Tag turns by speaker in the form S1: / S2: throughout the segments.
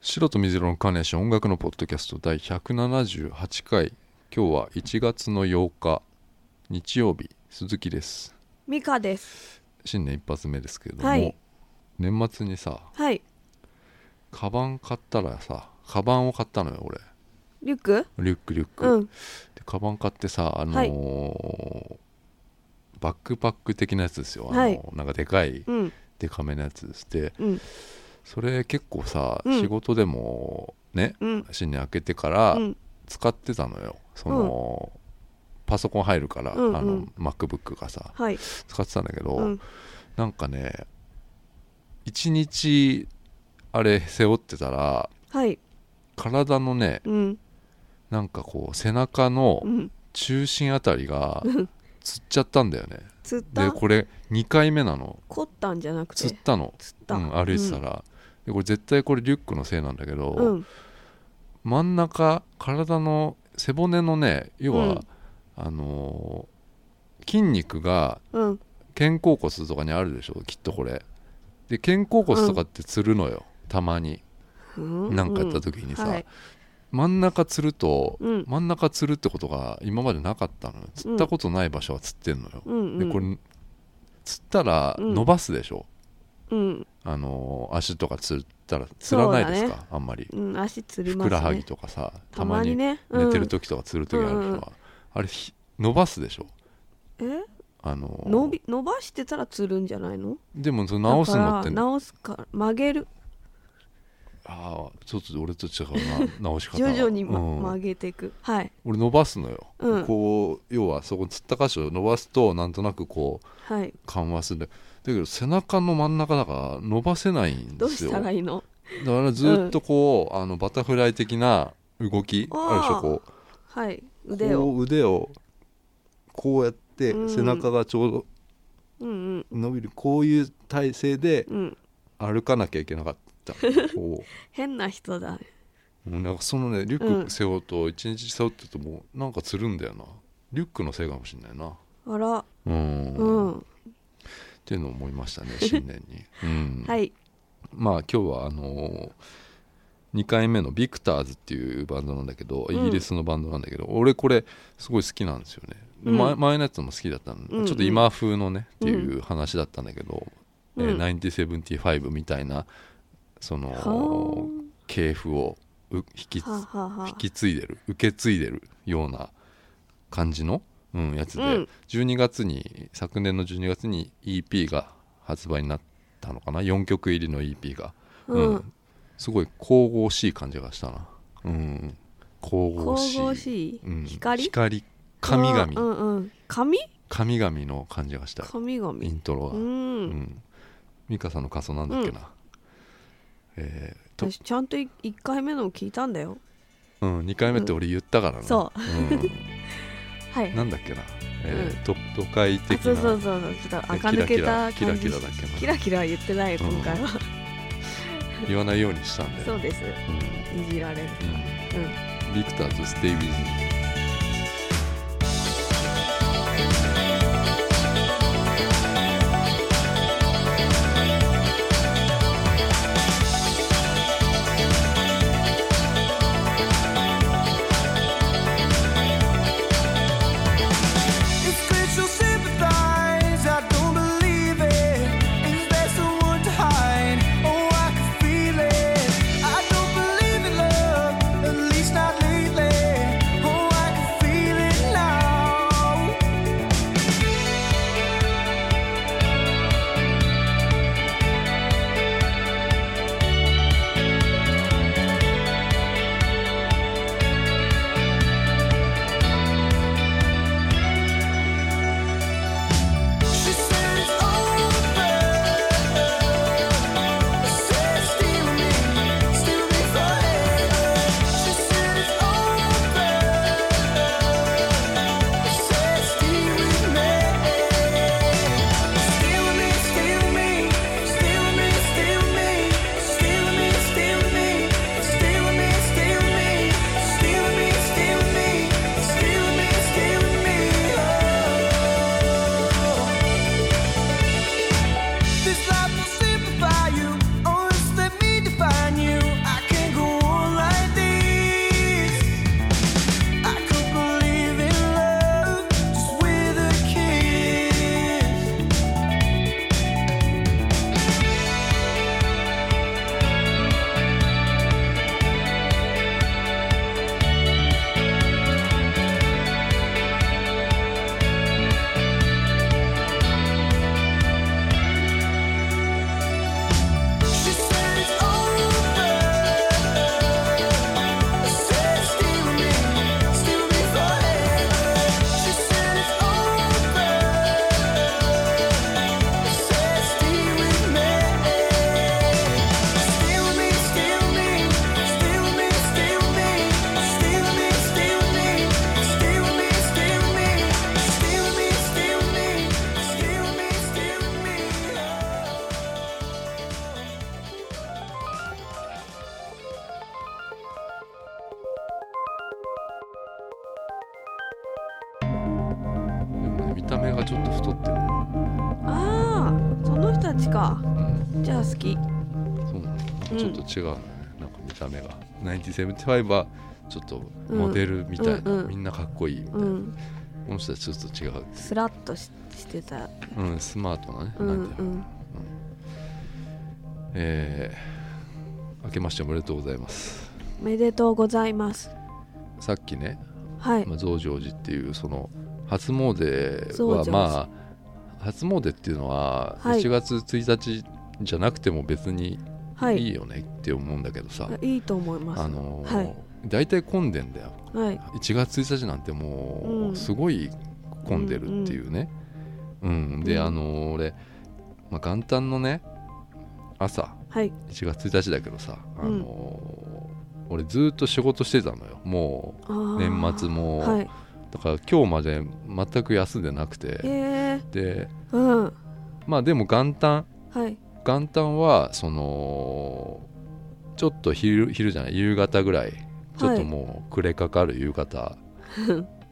S1: 白と水色のカーネーション音楽のポッドキャスト第178回今日は1月の8日日曜日鈴木です
S2: ミカです。
S1: 新年一発目ですけれども、
S2: はい
S1: 年末にさ
S2: はい。
S1: カバン買ったらさカバンを買ったのよ俺
S2: リュック？
S1: リュックリュック、
S2: うん。
S1: でカバン買ってさあのーバックパック的なやつですよあのー、
S2: はい
S1: なんかでかい
S2: うん。
S1: でかめのやつですで
S2: うん。
S1: それ結構さ、
S2: うん
S1: 仕事でもね
S2: うん。
S1: 新年明けてから、
S2: うん。
S1: 使ってたのよその、パソコン入るから、
S2: うんうん
S1: あの MacBook がさ
S2: はい。
S1: 使ってたんだけど、
S2: うん。
S1: なんかね一日あれ背負ってたら
S2: はい。
S1: 体のね
S2: うん。
S1: なんかこう背中の
S2: うん。
S1: 中心あたりが
S2: うん
S1: つっちゃったんだよ ね
S2: 釣っ
S1: で
S2: た？
S1: これ2回目なの
S2: 凝ったんじゃなくて
S1: つったの、
S2: 釣っ
S1: う
S2: た。
S1: ん、歩いてたら、でこれ絶対これリュックのせいなんだけど、
S2: うん。うん。
S1: 真ん中体の背骨のね要は、
S2: うん
S1: あのー筋肉が
S2: うん。
S1: 肩甲骨とかにあるでしょきっとこれで肩甲骨とかってつるのよ、たまに
S2: うん
S1: 何かやった時にさ、
S2: はい
S1: 真ん中つると、
S2: うん
S1: 真ん中つるってことが今までなかったのよつったことない場所はつってんのよ、
S2: うんうん。
S1: でこれつったら
S2: うん
S1: 伸ばすでしょ、
S2: うん。
S1: あのー足とかつったらつらないです
S2: そう
S1: か、
S2: だ
S1: あんまり、
S2: うん。足釣り
S1: ふ
S2: ますね。
S1: くらはぎとかさ
S2: たまにね。う
S1: 寝
S2: ん
S1: てる。時とかつる時あるでしょ、
S2: うんうん
S1: あれひ伸ばすでしょ
S2: え？
S1: あのー
S2: 伸び伸ばしてたら釣るんじゃないの？
S1: でもその直すのって
S2: だから
S1: ね
S2: 直すか曲げる。
S1: ああちょっと俺と違うな 直し方
S2: 徐
S1: が
S2: 々にま
S1: うん
S2: 曲げていく。はい。
S1: 俺伸ばすのよ、
S2: うん
S1: こう要はそこつった箇所を伸ばすとなんとなくこう
S2: はい。
S1: 緩和するんだだけど背中の真ん中だから伸ばせないん
S2: ど
S1: です
S2: うし
S1: よ
S2: たらいいの？
S1: だからずっとこう、あのバタフライ的な動き
S2: あー
S1: あるでしょこう
S2: はい。腕
S1: こ
S2: を。
S1: う腕をこうやって
S2: うん
S1: 背中がちょうど
S2: うんうん
S1: 伸びるこういう体勢で
S2: うん。
S1: 歩かなきゃいけなか ったこ
S2: 変な人だ。
S1: うもうなんかそのねリュック背負うと一日背負ってるともうなんかつるんだよなリュックのせいかもしれないな
S2: あら。
S1: うん
S2: うん。
S1: っていうのを思いま したね新年に、うん
S2: はい。
S1: まあ今日はあの2回目のビクターズっていうバンドなんだけど
S2: う
S1: イ
S2: ん
S1: ギリスのバンドなんだけど、俺これすごい好きなんですよね、で
S2: うん
S1: 前前のやつも好きだったの、
S2: うんうん
S1: ちょっと今風のねっていう話だったんだけど、
S2: うん
S1: えー1975みたいなそ
S2: は
S1: の系譜をう引きつ
S2: あはあはあ
S1: 引き継いでる受け継いでるような感じの、うん、やつで、
S2: うん
S1: 12月に昨年の12月に EP が発売になったのかな4曲入りの EP が、
S2: うん
S1: すごい神々しい感じがしたな、うん、神々しい
S2: 神々しい、
S1: うん、
S2: 光
S1: 神々、
S2: うんうん神
S1: 神々の感じがした
S2: 神々
S1: イントロ
S2: う
S1: が、
S2: ん、
S1: うん美香さんの仮想なんだっけな、えーと
S2: 私ちゃんと1回目のを聞いたんだよ
S1: うん、2回目って俺言ったからな、
S2: そ
S1: うん
S2: はい
S1: なんだっけな、えー都都会
S2: あ
S1: 的
S2: そうそう
S1: な
S2: そうそうちょっと垢抜けた
S1: キラ
S2: 感
S1: キ
S2: じ
S1: ラだっけな
S2: キラキラは言ってない今回は、
S1: 言わないようにしたんで
S2: そうです
S1: うんうん
S2: いじられる
S1: ビクターとステイビーズに
S3: It's great to sympathize. I don't believe it. Is there someone to hide? Oh, I can feel it. I don't believe in love, at least not lately. Oh, I
S1: た目がちょっと太ってる、
S2: ああその人たちか
S1: うん、
S2: じゃあ好き
S1: そうなの
S2: うん
S1: ちょっと違うね、なんか見た目が1975はちょっとモデルみたいな、
S2: うんうん
S1: みんなかっこいいみたいな、
S2: うん
S1: この人はちょっと違う、
S2: スラッとししてた
S1: うん、スマートなね、
S2: うんう
S1: なんていうの
S2: ん
S1: えー、明けましておめでとうございます
S2: おめでとうございます
S1: さっきね、
S2: はい
S1: まあ、増上寺っていうその初詣
S2: 増上
S1: は
S2: 寺
S1: まあ初詣っていうのは
S2: はい
S1: 1月1日じゃなくても別に
S2: はい
S1: いいよねって思うんだけどさ、
S2: あいいと思います
S1: あのー
S2: はい
S1: 大体混んでんだよ
S2: はい
S1: 1月1日なんても
S2: う
S1: うんすごい混んでるっていうね、うんで、
S2: うん
S1: あのー俺、まあ、元旦のね朝
S2: はい
S1: 1月1日だけどさ、あ
S2: うん
S1: のー俺ずーっと仕事してたのよも
S2: あー
S1: う年末も、
S2: はい
S1: だから今日まで全く休んでなく
S2: へ
S1: て
S2: え
S1: で
S2: うん
S1: まあでも元旦
S2: はい
S1: 元旦はそのちょっと昼昼じゃない夕方ぐらいちょっともう暮れかかる夕方、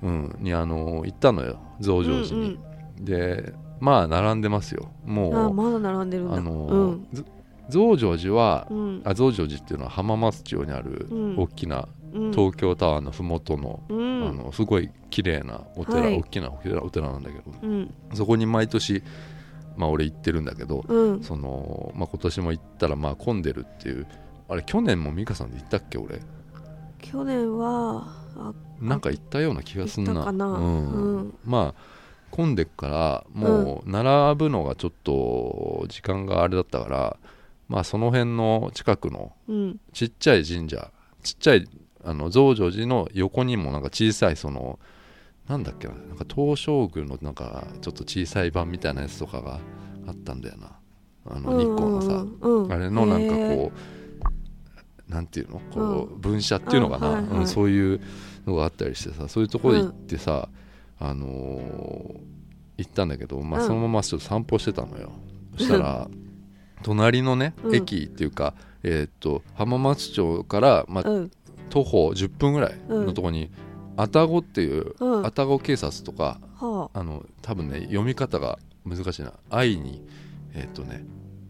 S1: うん、にあの行ったのよ増上寺に、でまあ並んでますよ
S2: うんうん、あー
S1: も
S2: まだ並んでる
S1: うん
S2: だ
S1: あの、
S2: うん
S1: ず増上寺は、
S2: うん
S1: あ増上寺っていうのは浜松町にある
S2: うん
S1: 大きな
S2: うん
S1: 東京タワーの麓の,、
S2: うん
S1: あのすごい綺麗なお寺、
S2: はい
S1: 大きなお寺お寺なんだけど
S2: うん
S1: そこに毎年まあ俺行ってるんだけど、
S2: うん
S1: その、まあ、今年も行ったらまあ混んでるっていうあれ去年も美香さんで行ったっけ俺
S2: 去年はあ
S1: なんか行ったような気がすんな
S2: 行ったかな
S1: うん
S2: うん
S1: まあ混んでっからもう並ぶのがちょっと時間があれだったから、まあその辺の近くの
S2: うん
S1: ちっちゃい神社ちっちゃいあの増上寺の横にもなんか小さいそのなんだっけななんか東照宮のなんかちょっと小さい版みたいなやつとかがあったんだよなあの日光のさ、
S2: うんうん
S1: あれのなんか
S2: へー
S1: こうなんていうのこう分社っていうのかな、
S2: あはいはい
S1: うんそういうのがあったりしてさそういうところで行ってさ、あのー行ったんだけど、まあ、
S2: うん
S1: そのままちょっと散歩してたのよ、そしたら隣のね、
S2: うん
S1: 駅っていうか、えーっと浜松町から、まあ、
S2: うん
S1: 徒歩10分ぐらいのところに、愛宕っていう
S2: うん
S1: 愛宕警察とか
S2: は
S1: あの多分ね読み方が難しいな愛にえっ、とね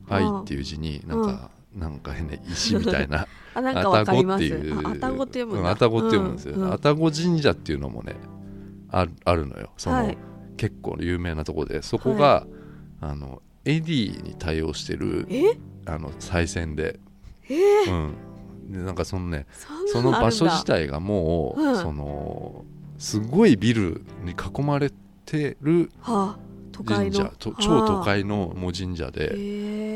S2: ああ
S1: 愛っていう字になんか、なんか変な石みたいな
S2: ああ なん
S1: 愛
S2: かわかり
S1: 宕
S2: ま
S1: っ
S2: す
S1: ていう
S2: あ愛宕って読む
S1: うんん
S2: だ
S1: 愛宕って読むんですよ、
S2: うう
S1: 愛宕神社っていうのもねああるのよその、
S2: はい
S1: 結構有名なとこでそこが、あのエディに対応してる
S2: え
S1: あの再選で、
S2: え
S1: うん、でなんかそのね
S2: そ
S1: そ
S2: ん
S1: の
S2: なのある
S1: 場
S2: んだ
S1: 所自体がもう、
S2: うん
S1: そのすごいビルに囲まれてる
S2: はあ都
S1: 神
S2: 会の
S1: 社と超都会のもう神社
S2: で
S1: で、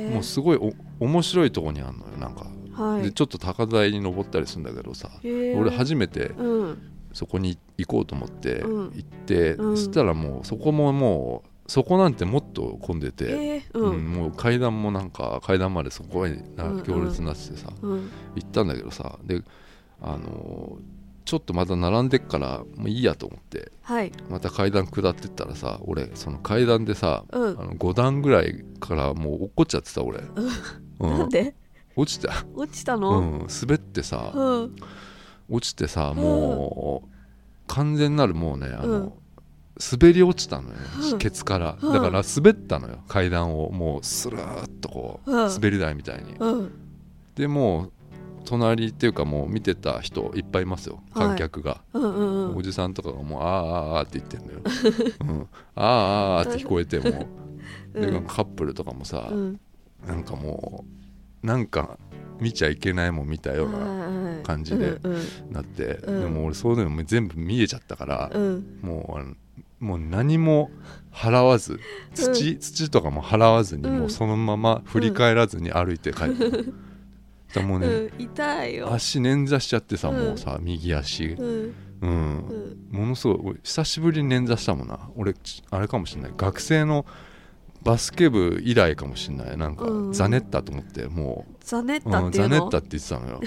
S2: へ
S1: もうすごいお面白いとこにあるのよなんか、
S2: うは
S1: で
S2: い
S1: ちょっと高台に登ったりするんだけどさ、俺
S2: 俺
S1: 初めて
S2: うん
S1: そこに行こうと思って
S2: うん
S1: 行って、
S2: うん
S1: そしたらもうそこももうそこなんてもっと混んでて、
S2: えーう
S1: うん
S2: ん
S1: もう階段もなんか階段まですごいな
S2: うん
S1: 行列になっててさ、
S2: うん
S1: 行ったんだけどさであのーちょっとまた並んでっからもういいやと思って
S2: はい
S1: また階段下ってったらさ俺その階段でさ
S2: うん
S1: あの5段ぐらいからもう落っこっちゃってた俺、う
S2: なん
S1: ん、
S2: で
S1: 落ちた、
S2: 落ちた
S1: う
S2: の
S1: ん、滑ってさ
S2: うん
S1: 落ちてさ
S2: ん
S1: もう完全なるもうねあの、
S2: うん
S1: 滑り落ちたのよ
S2: うん
S1: ケツから
S2: うん
S1: だから滑ったのよ階段をもうスラーっとこう
S2: うん
S1: 滑り台みたいに
S2: うん
S1: でもう隣っていうかもう見てた人いっぱいいますよ
S2: はい
S1: 観客が、
S2: うんうんう
S1: お
S2: ん
S1: じさんとかがもう「あーあーあー」って言ってんの よ、うん、あーあーあーって聞こえてもう、
S2: うん
S1: でカップルとかもさ、
S2: うん
S1: なんかもうなんか見ちゃいけないもん見たような感じで
S2: うんうん
S1: なって、
S2: ん
S1: でも俺そういうのも全部見えちゃったから、
S2: うん
S1: もうあのもう何も払わず土、土とかも払わずに、
S2: うん
S1: もうそのまま振り返らずに歩いて帰った、だからもう
S2: う
S1: ね、
S2: ん痛いよ
S1: 足捻挫しちゃってさ、
S2: うん
S1: もうさ右足
S2: うん
S1: うん、
S2: うん
S1: ものすごい俺久しぶりに捻挫したもんな俺ちあれかもしんない学生のバスケ部以来かもしんないなんか、
S2: うん
S1: ザネッタと思ってもう
S2: ザネッ
S1: う
S2: タ
S1: ん
S2: ってい
S1: ザ
S2: う
S1: ネ
S2: の
S1: ッタって言ってたのよ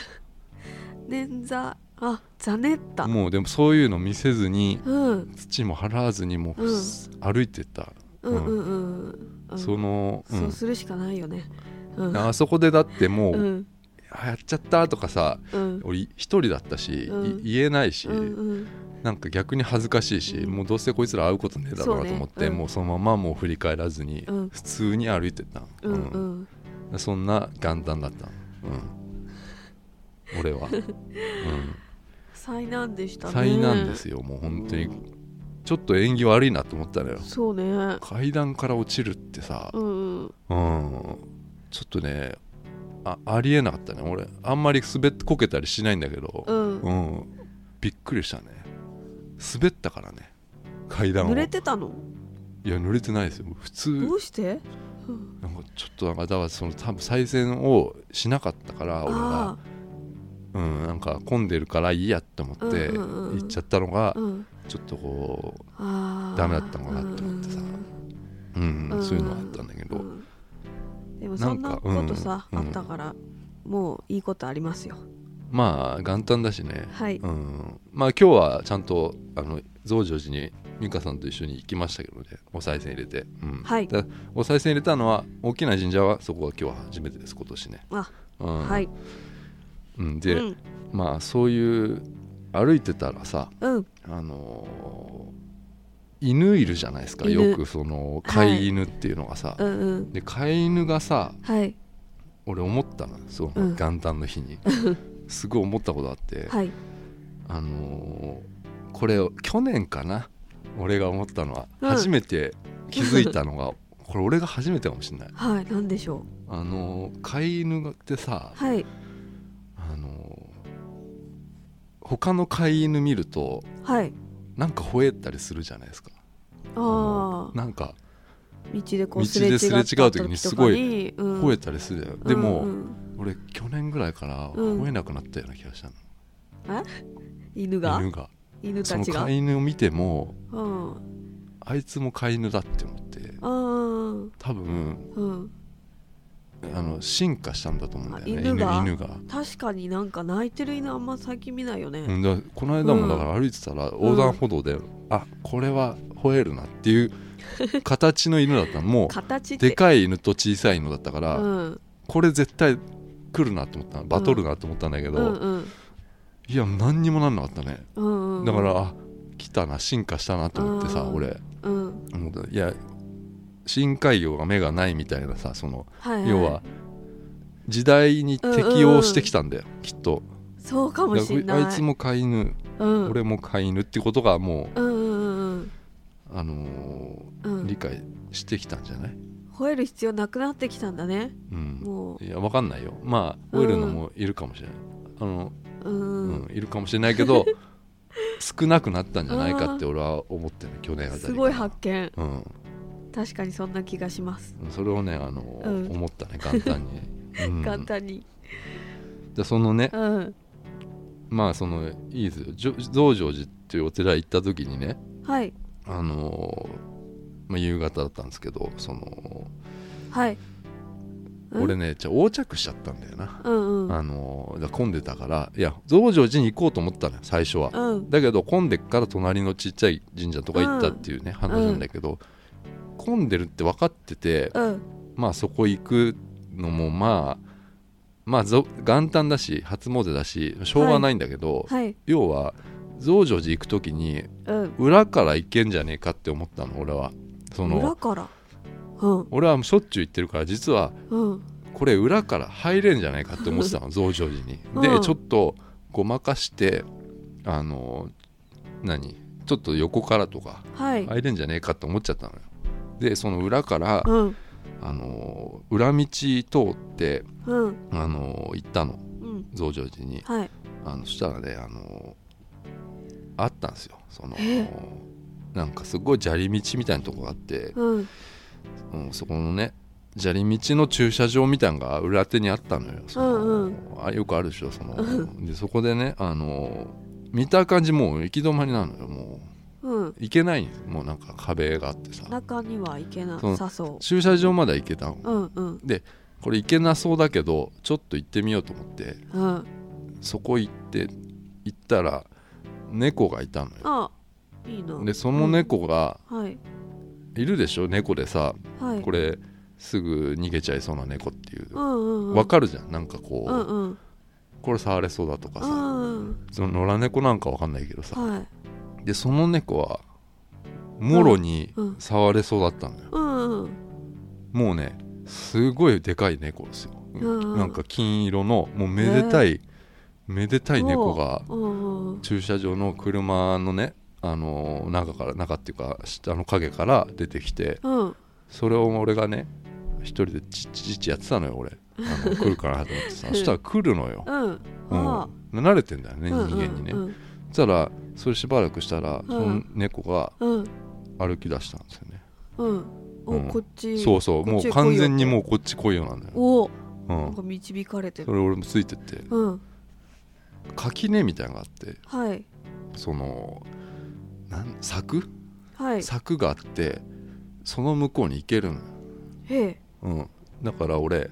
S2: 捻挫 あザネッタ
S1: もうでもそういうの見せずに
S2: うん
S1: 土も払わずにもう、
S2: うん
S1: 歩いてった、
S2: うんうんうんうん
S1: その、うん
S2: そうするしかないよねうん
S1: あそこでだってもう、
S2: うん
S1: あやっちゃったとかさ
S2: うん
S1: 俺一人だったし、い
S2: うん
S1: 言えないし、
S2: うんうん
S1: なんか逆に恥ずかしいし、
S2: うん
S1: もうどうせこいつら会うことねえだろう
S2: そ
S1: な
S2: うね
S1: と思って
S2: うん
S1: もうそのままもう振り返らずに、
S2: うん
S1: 普通に歩いてた、
S2: うんう
S1: うん
S2: ん
S1: そんな元旦だった、うん、俺 は、
S2: 災難でし
S1: う
S2: た
S1: ん、
S2: ね
S1: 災難ですよもう本当にちょっと縁起悪いなと思ったのよ
S2: そうねう
S1: 階段から落ちるってさ、
S2: んうん
S1: うん、ちょっとねあありえなかったね俺あんまり滑ってこけたりしないんだけど、
S2: うん
S1: うん、びっくりしたね滑ったからね階段を
S2: 濡れてたの
S1: いや濡れてないですよ普通
S2: どうしてうん
S1: なんかちょっとなんかだからその多分再選をしなかったから俺が
S2: あ、
S1: うん、なんか混んでるからいいやって思って
S2: うんうんうん
S1: 行っちゃったのが
S2: あうん
S1: ちょっとこ
S2: ああ
S1: ダメだったのかなと思ってさう、うん
S2: うん
S1: そういうのがあったんだけど、
S2: でもそんなことさ
S1: なん
S2: あ
S1: かうん
S2: ったからもういいことありますよ
S1: まあ元旦だしね、
S2: はい
S1: うん、まあ今日はちゃんとあの増上寺に美香さんと一緒に行きましたけどねお賽銭入れて、うん
S2: はい
S1: だお賽銭入れたのは大きな神社はそこは今日は初めてです今年ね、
S2: あ
S1: うん
S2: はい
S1: うん、で、
S2: うん
S1: まあそういう歩いてたらさ
S2: うん
S1: あのー犬いるじゃないですか
S2: 犬
S1: よくその
S2: はい
S1: 飼い犬っていうのがさ、
S2: うんうん
S1: で飼い犬がさ
S2: はい
S1: 俺思ったのその
S2: うん
S1: 元旦の日 に、すごい思ったことあって、
S2: はい
S1: あのーこれを去年かな俺が思ったのは、
S2: うん
S1: 初めて気づいたのがこれ俺が初めてかもしれない
S2: はいなんでしょ
S1: あのー飼い犬ってさ
S2: う、はい
S1: あのー他の飼い犬見ると
S2: はい
S1: なんか吠えたりするじゃないですか
S2: ああ
S1: なんか
S2: 道でこう
S1: 道
S2: すれ違
S1: で
S2: った
S1: すれ違う
S2: 時と
S1: 時
S2: か
S1: に
S2: に
S1: すご
S2: い
S1: 吠えたりするじゃない、でも、俺去年ぐらいから吠えなくなったような気がしたの、
S2: 犬が
S1: 犬が
S2: 犬
S1: そ
S2: た
S1: の
S2: ちが
S1: 飼い犬を見ても
S2: うん
S1: あいつも飼い犬だって思って
S2: あー
S1: 多分
S2: うん
S1: あの進化したんだと思うんだよね
S2: あ犬が
S1: 犬が
S2: 確かになんか泣いてる犬あんま最近見ないよ
S1: う
S2: ね
S1: ん、だからこの間もだから歩いてたら横断歩道で、あこれは吠えるなって いう形の犬だったのも
S2: 形っ
S1: う
S2: て
S1: でかい犬と小さい犬だったから、
S2: うん
S1: これ絶対来るなと思ったのバトルなと思ったんだけど、
S2: うんうん
S1: いや何にもなんなかったね、
S2: うんうん
S1: だからあ来たな進化したなと思ってさ、
S2: うん
S1: 俺
S2: うん
S1: 思ったいや深海魚が目がないみたいなさその、
S2: はいい
S1: 要は時代に適応してきたんだよ、きっと
S2: そうかもしんない
S1: だからあいつも飼い犬、
S2: うん
S1: 俺も飼い犬ってことがもう
S2: うんうん
S1: あの
S2: うんうんう
S1: ー理
S2: ん
S1: 解してきたんじゃない、
S2: 吠える必要なくなってきたんだね
S1: うん、
S2: も
S1: いやわかんないよまあ
S2: うん
S1: オイルのもいるかもしれない、あの
S2: ううん
S1: う
S2: うん
S1: ん、いるかもしれないけ ど少なくなったんじゃないかって俺は思ってね去年あたりから
S2: すごい発見
S1: うん、
S2: 確かにそんな気がします
S1: それをねあのー、
S2: うん
S1: 思ったね簡単 に、うん、
S2: 簡単に
S1: でそのね
S2: うん
S1: まあそのいいですよじょ増上寺っていうお寺行った時にね
S2: はい
S1: あのーまあ、夕方だったんですけどその
S2: はいうん
S1: 俺ねじゃあ横着しちゃったんだよな
S2: うんうん
S1: あのだから混んでたからいや増上寺に行こうと思ったのよ最初は、
S2: うん
S1: だけど混んでっから隣のちっちゃい神社とか行ったっていうね、話なんだけど、混んでるって分かってて、
S2: うん
S1: まあそこ行くのもまあまあぞ元旦だし初詣だししょうがないんだけど、
S2: はい
S1: 要は増上寺行く時に
S2: うん
S1: 裏から行けんじゃねえかって思ったの俺はそ
S2: 裏
S1: の
S2: からうん
S1: 俺はしょっちゅう行ってるから実は
S2: うん
S1: これ裏から入れんじゃないかって思ってた の増上寺に。
S2: う
S1: で
S2: ん
S1: ちょっとごまかしてあの何ちょっと横からとか
S2: はい
S1: 入れんじゃねえかって思っちゃったのよ。でその裏から、
S2: うん
S1: あの裏道通って
S2: うん
S1: あの行ったの
S2: うん
S1: 増上寺に。
S2: はい
S1: あのそしたらねあのあったんですよその
S2: え
S1: なんかすごい砂利道みたいなとこがあって、
S2: うん
S1: うん、そこのね砂利道の駐車場みたいなのが裏手にあったのよその
S2: うんうん
S1: あよくあるでしょその、
S2: うん
S1: でそこでねあの見た感じもう行き止まりなのよも
S2: うん
S1: う行けないんですもうなんか壁があってさ
S2: 中にはいけな
S1: そう
S2: さそ
S1: 駐車場までは行けたの、
S2: ううんうん
S1: これ行けなそうだけどちょっと行ってみようと思って
S2: うん
S1: そこ行って行ったら猫がいたのよ
S2: あいいな
S1: でその猫が
S2: はい
S1: いるでしょ猫でさ
S2: はい
S1: これすぐ逃げちゃいそうな猫っていう
S2: うんうんうん
S1: わかるじゃんなんかこ
S2: うん
S1: う
S2: うん
S1: これ触れそうだとか
S2: う
S1: さ
S2: んうん
S1: その野良猫なんかわかんないけどさ
S2: はい
S1: でその猫はもろに
S2: うんうん
S1: 触れそうだったのよ、
S2: うんうん
S1: もうねすごいでかい猫ですよ、
S2: うん
S1: なんか金色のもうめでたい、めでたい猫が
S2: うんうん
S1: 駐車場の車のねあのー中から中っていうか下の影から出てきて
S2: うん
S1: それを俺がね一人でチッチチッチやってたのよ俺あ の来るかなと思ってさそしたら来るのよ、
S2: うん
S1: うん
S2: あ
S1: 慣れてんだよね
S2: ー
S1: 人
S2: うん
S1: 間にね、
S2: うん
S1: そしたらそれしばらくしたら、その猫が
S2: うん
S1: 歩き出したんですよね、
S2: うん
S1: う
S2: お
S1: ん
S2: こっち
S1: そうそうもう完全にもうこっち来いよなんだよ、
S2: お
S1: う
S2: なん
S1: ん、
S2: か導かれて
S1: そ
S2: る
S1: れ俺もついてって
S2: うん
S1: 垣根みたいなのがあって
S2: はい
S1: そのなん柵
S2: はい
S1: 柵があってその向こうに行けるのよ、
S2: へえ
S1: うん、だから俺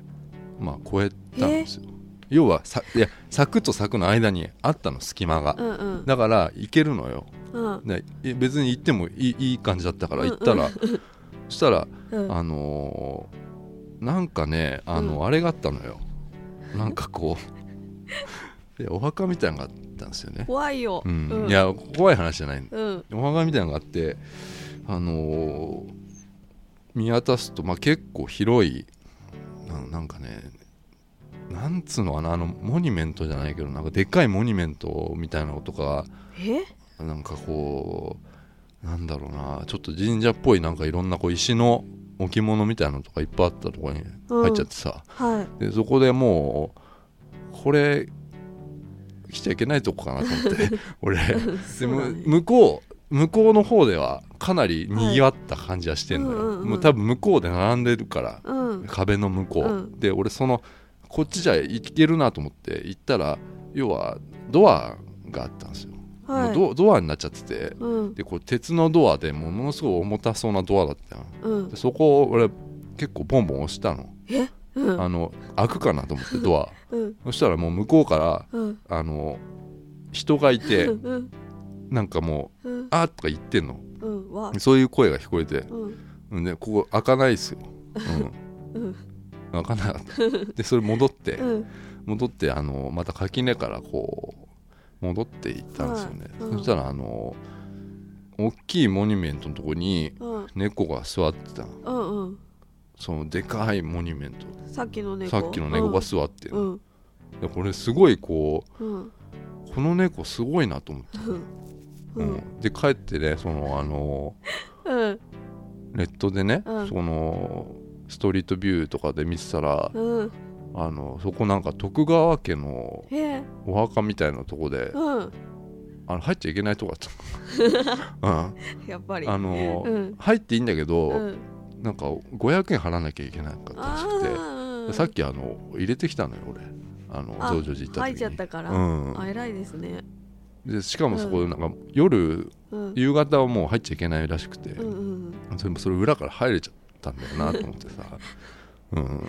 S1: まあ越えたんですよ要はさいや柵と柵の間にあったの隙間が
S2: うんうん
S1: だから行けるのよ
S2: うん
S1: でえ別に行ってもいいいい感じだったから行ったら、そしたら
S2: うん
S1: あのーなんかねあの、
S2: う
S1: あれがあったのよなんかこう でお墓みたいなのがあったんですよね、
S2: 怖いよ
S1: うん
S2: うん
S1: いや怖い話じゃない
S2: うん
S1: お墓みたいなのがあってあのー見渡すと、まあ、結構広いななんかねなんつうのかなあのモニュメントじゃないけどなんかでっかいモニュメントみたいなのとか
S2: え
S1: なんかこうなんだろうなちょっと神社っぽいなんかいろんなこう石の置物みたいなのとかいっぱいあったところに入っちゃってさ、
S2: はい
S1: でそこでもうこれ来ちゃいけないとこかなと思って 俺
S2: うん
S1: で
S2: そうだ
S1: む
S2: ね
S1: 向こう向こうの方ではかなりにぎわった感じはしてんのよ、
S2: はいうんうんうん
S1: もう多分向こうで並んでるから、
S2: うん
S1: 壁の向こう、
S2: うん
S1: で俺そのこっちじゃ行けるなと思って行ったら要はドアがあったんですよ、
S2: はい
S1: もうドドアになっちゃってて
S2: うん
S1: でこう鉄のドアでもうものすごい重たそうなドアだったの
S2: うん
S1: でそこを俺結構ポンポン押したの、
S2: えうん
S1: あの開くかなと思ってドア
S2: うん
S1: そしたらもう向こうから
S2: うん
S1: あの人がいて
S2: うんうん
S1: なんかもう
S2: うん
S1: 「あ」とか言ってんの
S2: うんわ
S1: そういう声が聞こえて
S2: うん
S1: でここ開かないですよ、う
S2: うんん、
S1: 開かなかったでそれ戻って
S2: うん
S1: 戻ってあのまた垣根からこう戻っていったんですよね、
S2: はいうん
S1: そしたらあの大きいモニュメントのとこに
S2: うん
S1: 猫が座ってたの
S2: うんうん
S1: そのでかいモニュメント
S2: さっきの猫
S1: さっきの猫が座ってる、
S2: うん
S1: でこれすごいこ
S2: うん
S1: うこの猫すごいなと思って、
S2: う
S1: うんん、で帰ってねそのあの
S2: うん
S1: ネットでね、
S2: うん
S1: そのストリートビューとかで見てたら、
S2: うん
S1: あのそこなんか徳川家の
S2: へえ
S1: お墓みたいなとこで、
S2: うん
S1: あの入っちゃいけないとこだった の、うん
S2: やっぱり
S1: あの
S2: うん
S1: 入っていいんだけど、
S2: うん
S1: なんか500円払わなきゃいけなかったらしくて、
S2: ああ
S1: さっきあの入れてきたのよ俺あの
S2: あ
S1: 増上寺行った時に
S2: 入っちゃったから
S1: うん
S2: あ偉いですね
S1: でしかもそこなんか夜
S2: うん
S1: 夕方はもう入っちゃいけないらしくて、
S2: うんうん
S1: それもそれ裏から入れちゃったんだよなと思って さ、うん、
S2: うんよ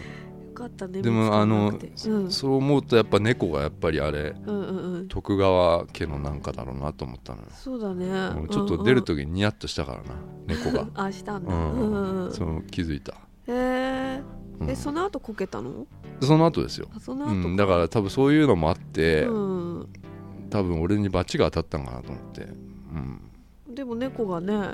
S2: かったね
S1: で
S2: 見つ
S1: も
S2: か
S1: あ
S2: んな
S1: の
S2: く、てう
S1: そ
S2: ん
S1: そう思うとやっぱ猫がやっぱりあれ
S2: うんうんうん
S1: 徳川家のなんかだろうなと思ったのよ、
S2: そうだね
S1: もうちょっと出る
S2: と、
S1: 時にニヤッとしたからな猫が
S2: あしたん
S1: う
S2: だうんうん
S1: ん
S2: うん
S1: その気づいた、
S2: へえ
S1: うん
S2: えその後こけたの
S1: その後ですよ
S2: あその
S1: う
S2: 後
S1: ん、だから多分そういうのもあって、
S2: うん
S1: 多分俺に罰が当たったんかなと思って、うん、
S2: でも猫がね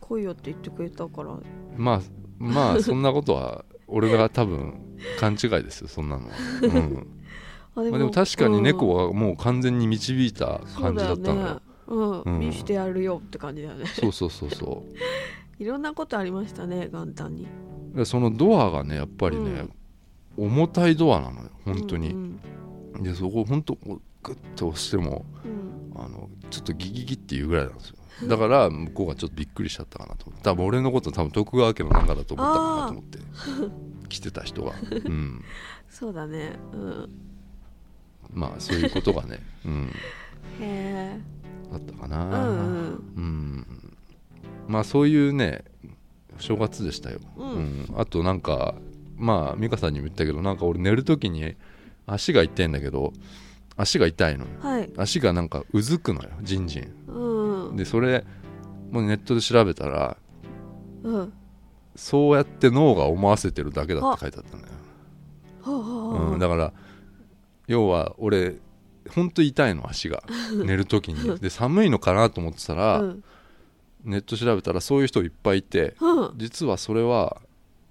S2: 来いよって言ってくれたから
S1: まあ まあそんなことは俺が多分勘違いですよそんなのは、 うん
S2: あで
S1: まあ、でも確かに
S2: うん
S1: 猫はもう完全に導いた感じだったのよ
S2: そうだよね、うん
S1: うん
S2: 見してやるよって感じだよね
S1: そうそうそうそ
S2: いろんなことありましたね元旦に
S1: うでそのドアがねやっぱりね、重たいドアなのよ本当
S2: う
S1: に、
S2: ん
S1: でそこ本当こうグッと押しても
S2: うん
S1: あのちょっとギギギっていうぐらいなんですよだから向こうがちょっとびっくりしちゃったかなと思って多分俺のこと多分徳川家の中だと思ったかなと思 って来てた人が、うん、
S2: そうだねうん
S1: まあそういうことがね、うん、
S2: へえ
S1: あったか
S2: う
S1: な、
S2: んうん
S1: うんまあそういうね正月でしたよ、
S2: うん
S1: うんあとなんかまあ美香さんにも言ったけどなんか俺寝る時に足が痛いんだけど足が痛いのよ
S2: はい
S1: 足がなんかうずくのよじんじん
S2: うん
S1: でそれもうネットで調べたら
S2: うんは
S1: そうやって脳が思わせてるだけだって書いてあったんだよ、
S2: あはあはあ
S1: うん、だから要は俺ほんと痛いの足 が寝る時にで寒いのかなと思ってたら、
S2: うん
S1: ネット調べたらそういう人いっぱいいて
S2: うん
S1: 実はそれは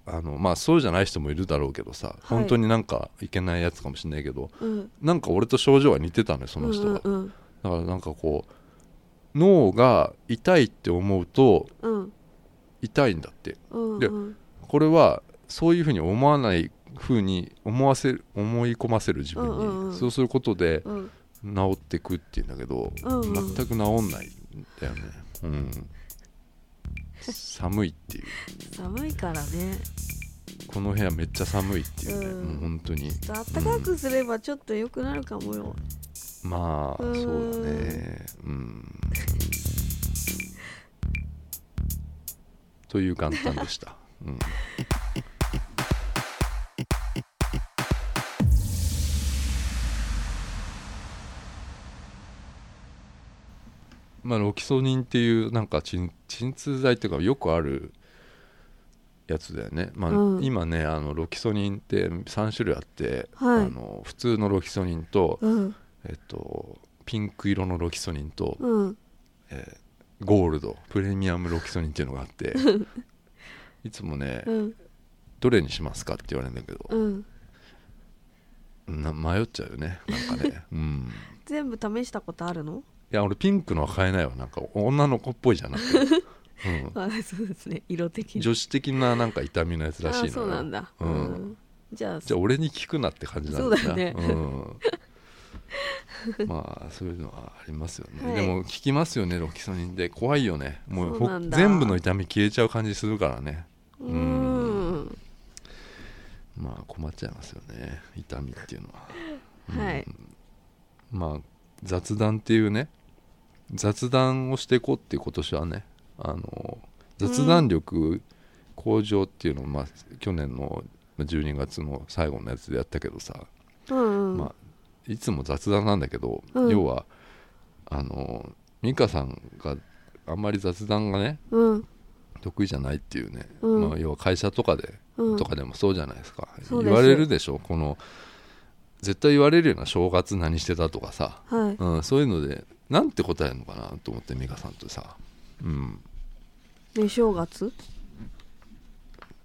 S1: あのまあそうじゃない人もいるだろうけどさ、本当になんかいけないやつかもしれないけど
S2: うん
S1: なんか俺と症状が似てたのよその人が、
S2: うんうん
S1: だからなんかこう脳が痛いって思うと
S2: うん
S1: 痛いんだって
S2: うん
S1: で
S2: うん
S1: これはそういうふうに思わないふうに思わせる思い込ませる自分に、
S2: うんうんうん
S1: そうすることで
S2: うん
S1: 治ってくっていうんだけど、
S2: うんうん
S1: 全く治んないんだよね、うん、寒いっていう
S2: 寒いからね
S1: この部屋めっちゃ寒いっていうね、
S2: うん
S1: もう本当に
S2: ちょっと暖かくすればちょっと良くなるかもよ、
S1: まあ
S2: うん
S1: そうだねうんという簡単でした、うん、まあロキソニンっていうなんか鎮鎮痛剤っていうかよくあるやつだよね、まあ
S2: うん
S1: 今ねあのロキソニンって3種類あって、
S2: はい
S1: あの普通のロキソニンと、
S2: うん
S1: えっと、ピンク色のロキソニンと、
S2: うん
S1: えーゴールドプレミアムロキソニンっていうのがあって いつもね、
S2: うん
S1: どれにしますかって言われるんだけど、
S2: うん
S1: な迷っちゃうよねなんか ね、うん、
S2: 全部試したことあるの
S1: いや俺ピンクのは買えないわなんか女の子っぽいじゃなくて、 う
S2: あそうですね色的
S1: ん、
S2: に
S1: 女子的ななんか痛みのやつらしいの
S2: あ
S1: よ
S2: そうなんだ、
S1: うん
S2: じゃあ
S1: じゃあ俺に聞くなって感じなんだな
S2: そうだね
S1: うん、まあそういうのはありますよね、
S2: はい
S1: でも効きますよねロキソニンで怖いよねもう
S2: そう
S1: ほ
S2: なんだ
S1: 全部の痛み消えちゃう感じするからね
S2: うーん
S1: まあ困っちゃいますよね痛みっていうのは、
S2: はい
S1: うんまあ雑談っていうね雑談をしていこうっていう今年はねあの雑談力向上っていうのを、まあ、去年の12月の最後のやつでやったけどさ、
S2: うんうん
S1: まあ、いつも雑談なんだけど、
S2: うん
S1: 要はあの美香さんがあんまり雑談がね
S2: うん
S1: 得意じゃないっていうね、
S2: うん
S1: まあ、要は会社とかで、
S2: うん
S1: とかでもそうじゃないですか
S2: そうで
S1: 言
S2: す
S1: われるでしょこの絶対言われるような正月何してたとかさ、
S2: はい
S1: うん、そういうのでなんて答えるのかなと思って美香さんとさ、うん、
S2: ね正月、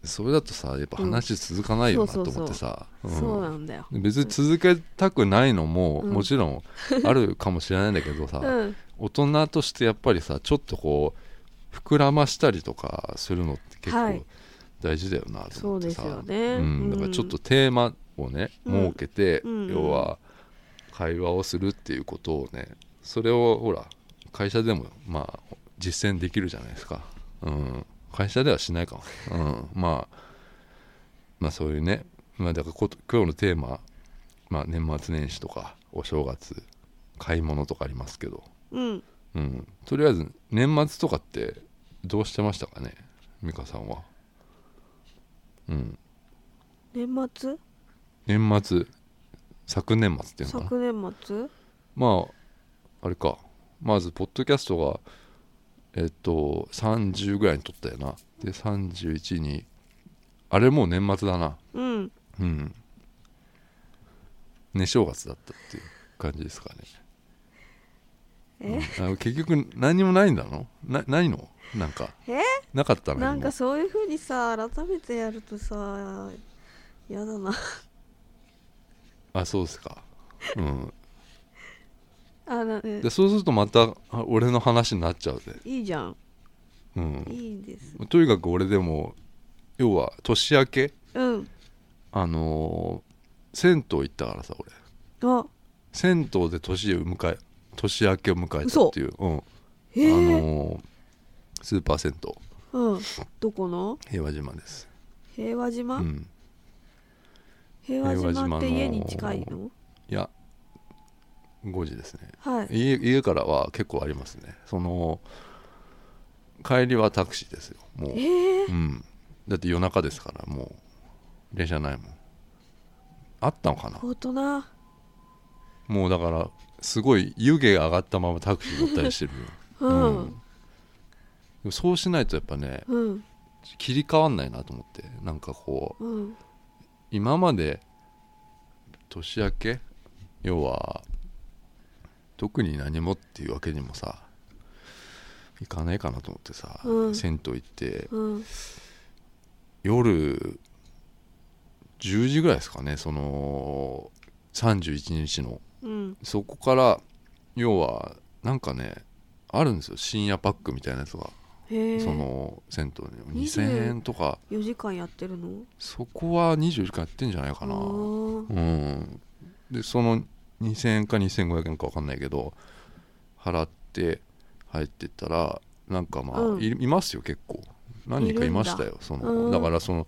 S1: それだとさやっぱ話続かないよなと
S2: そうそうそう
S1: 思ってさ、うん
S2: そうなんだよ
S1: 別に続けたくないのも、
S2: うん
S1: もちろんあるかもしれないんだけどさ、
S2: うん
S1: 大人としてやっぱりさちょっとこう膨らましたりとかするのって結
S2: は
S1: 構
S2: い
S1: 大事だよなと思ってさ、
S2: そうですよね
S1: うん、だから
S2: うん
S1: ちょっとテーマをね、
S2: うん
S1: 設けて、
S2: うん
S1: 要は会話をするっていうことをねそれをほら会社でもまあ実践できるじゃないですか、うん、会社ではしないかも、うん、まあまあそういうね、まあ、だからこと今日のテーマ、まあ、年末年始とかお正月買い物とかありますけど
S2: うん
S1: うん、とりあえず年末とかってどうしてましたかね美香さんはうん
S2: 年末
S1: 年末昨年末っていうのかな
S2: 昨年末
S1: まああれかまずポッドキャストがえっと30ぐらいに撮ったよなで31にあれもう年末だな
S2: うん
S1: うんね正月だったっていう感じですかね
S2: え、
S1: うんあ結局何もないんだのなないのなんか
S2: え
S1: なかったの
S2: なん
S1: 今
S2: かそういうふうにさ改めてやるとさ嫌だな
S1: あそうですか、うん、
S2: あなえ
S1: でそうするとまたあ俺の話になっちゃうで、
S2: いいじゃん
S1: う
S2: い
S1: ん、
S2: いんです
S1: とにかく俺でも要は年明け
S2: うん
S1: あのー銭湯行ったからさ俺
S2: あ
S1: 銭湯で年を迎え年明けを迎えたっていう、うん
S2: へえ、
S1: あのースーパー銭湯
S2: うんどこの
S1: 平和島です、
S2: 平和島、
S1: うん、
S2: 平和
S1: 平和島
S2: 島
S1: の
S2: って家に近いの
S1: いや5時ですね
S2: はい
S1: 家家からは結構ありますねその帰りはタクシーですよもう
S2: えー、
S1: うん、だって夜中ですからもう電車ないもんあったのかな
S2: 大人
S1: もうだからすごい湯気が上がったままタクシー乗ったりしてる
S2: う
S1: うんんでもそうしないとやっぱね
S2: うん
S1: 切り替わんないなと思ってなんかこう
S2: うん
S1: 今まで年明け要は特に何もっていうわけにもさ行かないかなと思ってさ、
S2: うん
S1: 銭湯行って
S2: うん
S1: 夜10時ぐらいですかねその31日の
S2: うん
S1: そこから要はなんかねあるんですよ深夜パックみたいなやつが、
S2: へえ
S1: その銭湯に
S2: 20
S1: 2000円とか
S2: 4時間やってるの
S1: そこは24時間やってんじゃないかな
S2: あー
S1: うんでその2000円か2500円か分かんないけど払って入ってったらなんかまあ、
S2: うん
S1: いいますよ結構何人かいました
S2: い
S1: よそ
S2: うん
S1: のだからその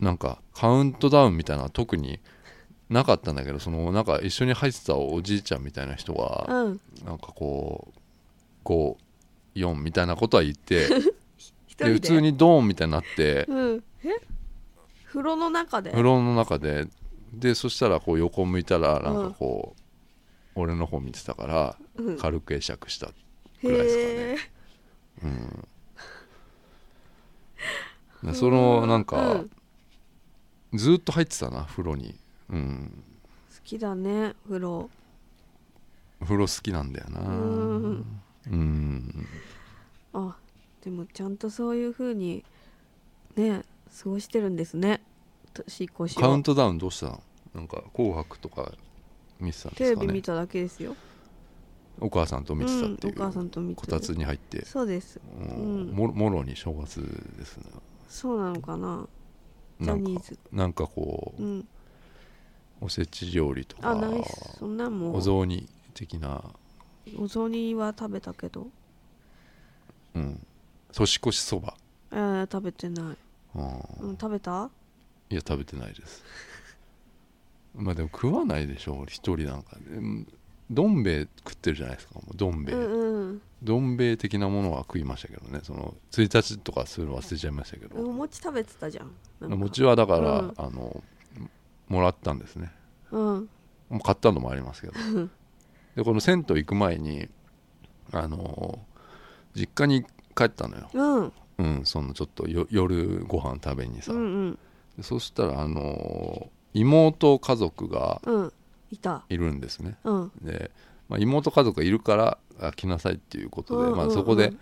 S1: なんかカウントダウンみたいなのは特になかったんだけどそのなんか一緒に入ってたおじいちゃんみたいな人が
S2: うん
S1: なんかこう54みたいなことは言って
S2: 一人
S1: で
S2: で
S1: 普通にドーンみたいになって
S2: うんえ風呂の中で
S1: 風呂の中ででそしたらこう横向いたらなんかこう、俺の方見てたから
S2: うん
S1: 軽く会釈した、ぐらい
S2: へえ
S1: でうんでそのなんか、
S2: うん好
S1: ずっと入ってたな風呂にうん
S2: きだね風呂
S1: 風呂好きなんだよな
S2: うん
S1: うん
S2: あでもちゃんとそういう風にね過ごしてるんですね年越しを
S1: カウントダウンどうしたのなんか「紅白」とか見てたんで
S2: テレ
S1: すか
S2: ビ見
S1: ね
S2: ただけですよ、
S1: お母さんと見てたってい
S2: うん、お母さ
S1: うん
S2: と見て
S1: こたつに入って、
S2: そうです
S1: うん
S2: うん
S1: ももろに正月ですね
S2: そうなのかなジ
S1: な
S2: ャ
S1: ん
S2: ニ
S1: か
S2: ーズ
S1: なんかこう、
S2: うん
S1: おせち料理とか
S2: あナイスそんなんも
S1: お
S2: お雑
S1: 雑煮的な、
S2: 煮は食べたけど
S1: うん、年越しそば、
S2: えー、食べてない、
S1: うん
S2: うん、食べた
S1: いや食べてないです まあでも食わないでしょ俺一人なんかうんどん兵衛食ってるじゃないですかもうどん兵衛、
S2: うんうん
S1: どん兵衛的なものは食いましたけどねその1日とかするの忘れちゃいましたけど、
S2: お餅食べてたじゃんなんか
S1: 餅はだから、
S2: うん
S1: あのもらったんですね
S2: うん
S1: もう買ったのもありますけどでこの銭湯行く前にあの実家に帰ったのよ、
S2: うん
S1: うん、そのちょっとよ夜ご飯食べにさ、
S2: うんうん
S1: でそしたらあの妹家族が
S2: うんいた
S1: いるんですね
S2: うん
S1: で、まあ、妹家族がいるからあ来なさいっていうことで、
S2: うんうんうん
S1: まあ、そこで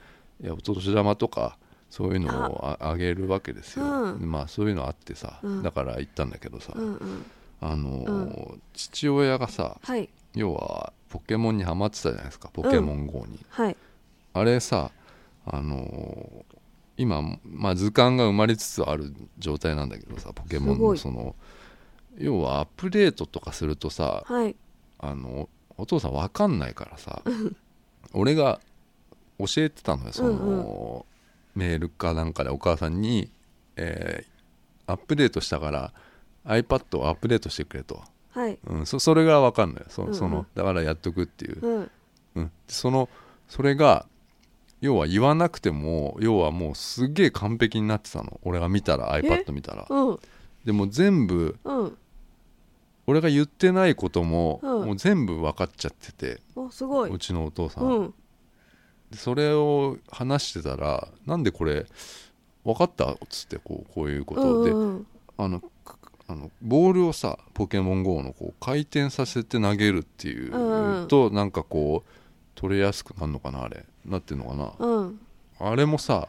S1: いやお年玉とかそういうのをああげるわけですよ、
S2: うん
S1: まあそういうのあってさ、
S2: うん
S1: だから行ったんだけどさ、
S2: うんうん
S1: あのー父親がさ
S2: はい
S1: 要はポケモンにハマってたじゃないですかポケモン GO に、
S2: はい
S1: あれさあのー今、まあ、図鑑が生まれつつある状態なんだけどさポケモン
S2: すご
S1: の
S2: い
S1: その要はアップデートとかするとさ
S2: はい
S1: あのお父さんわかんないから さ俺が教えてたのよその、メールかなんかでお母さんに、えーアップデートしたから iPad をアップデートしてくれと、
S2: はい
S1: うん、そそれがわかんのよそ
S2: うんうん
S1: そのだからやっとくっていう
S2: うん
S1: うん、そのそれが要は言わなくても要はもうすげえ完璧になってたの俺が見たら
S2: え
S1: iPad 見たら
S2: うん
S1: でも全部
S2: うん
S1: 俺が言ってないことも、
S2: うん
S1: もう全部分かっちゃってて
S2: おすごいう
S1: ちのお父さん、
S2: うん
S1: でそれを話してたらなんでこれ分かったっつってこうこういうこ
S2: う
S1: と
S2: ん
S1: で、
S2: うん
S1: あのくあのボールをさポケモン GO のこう回転させて投げるってい
S2: うんうん
S1: うと、なんかこう取れやすくなるのかなあれなってんのかな、
S2: うん
S1: あれもさ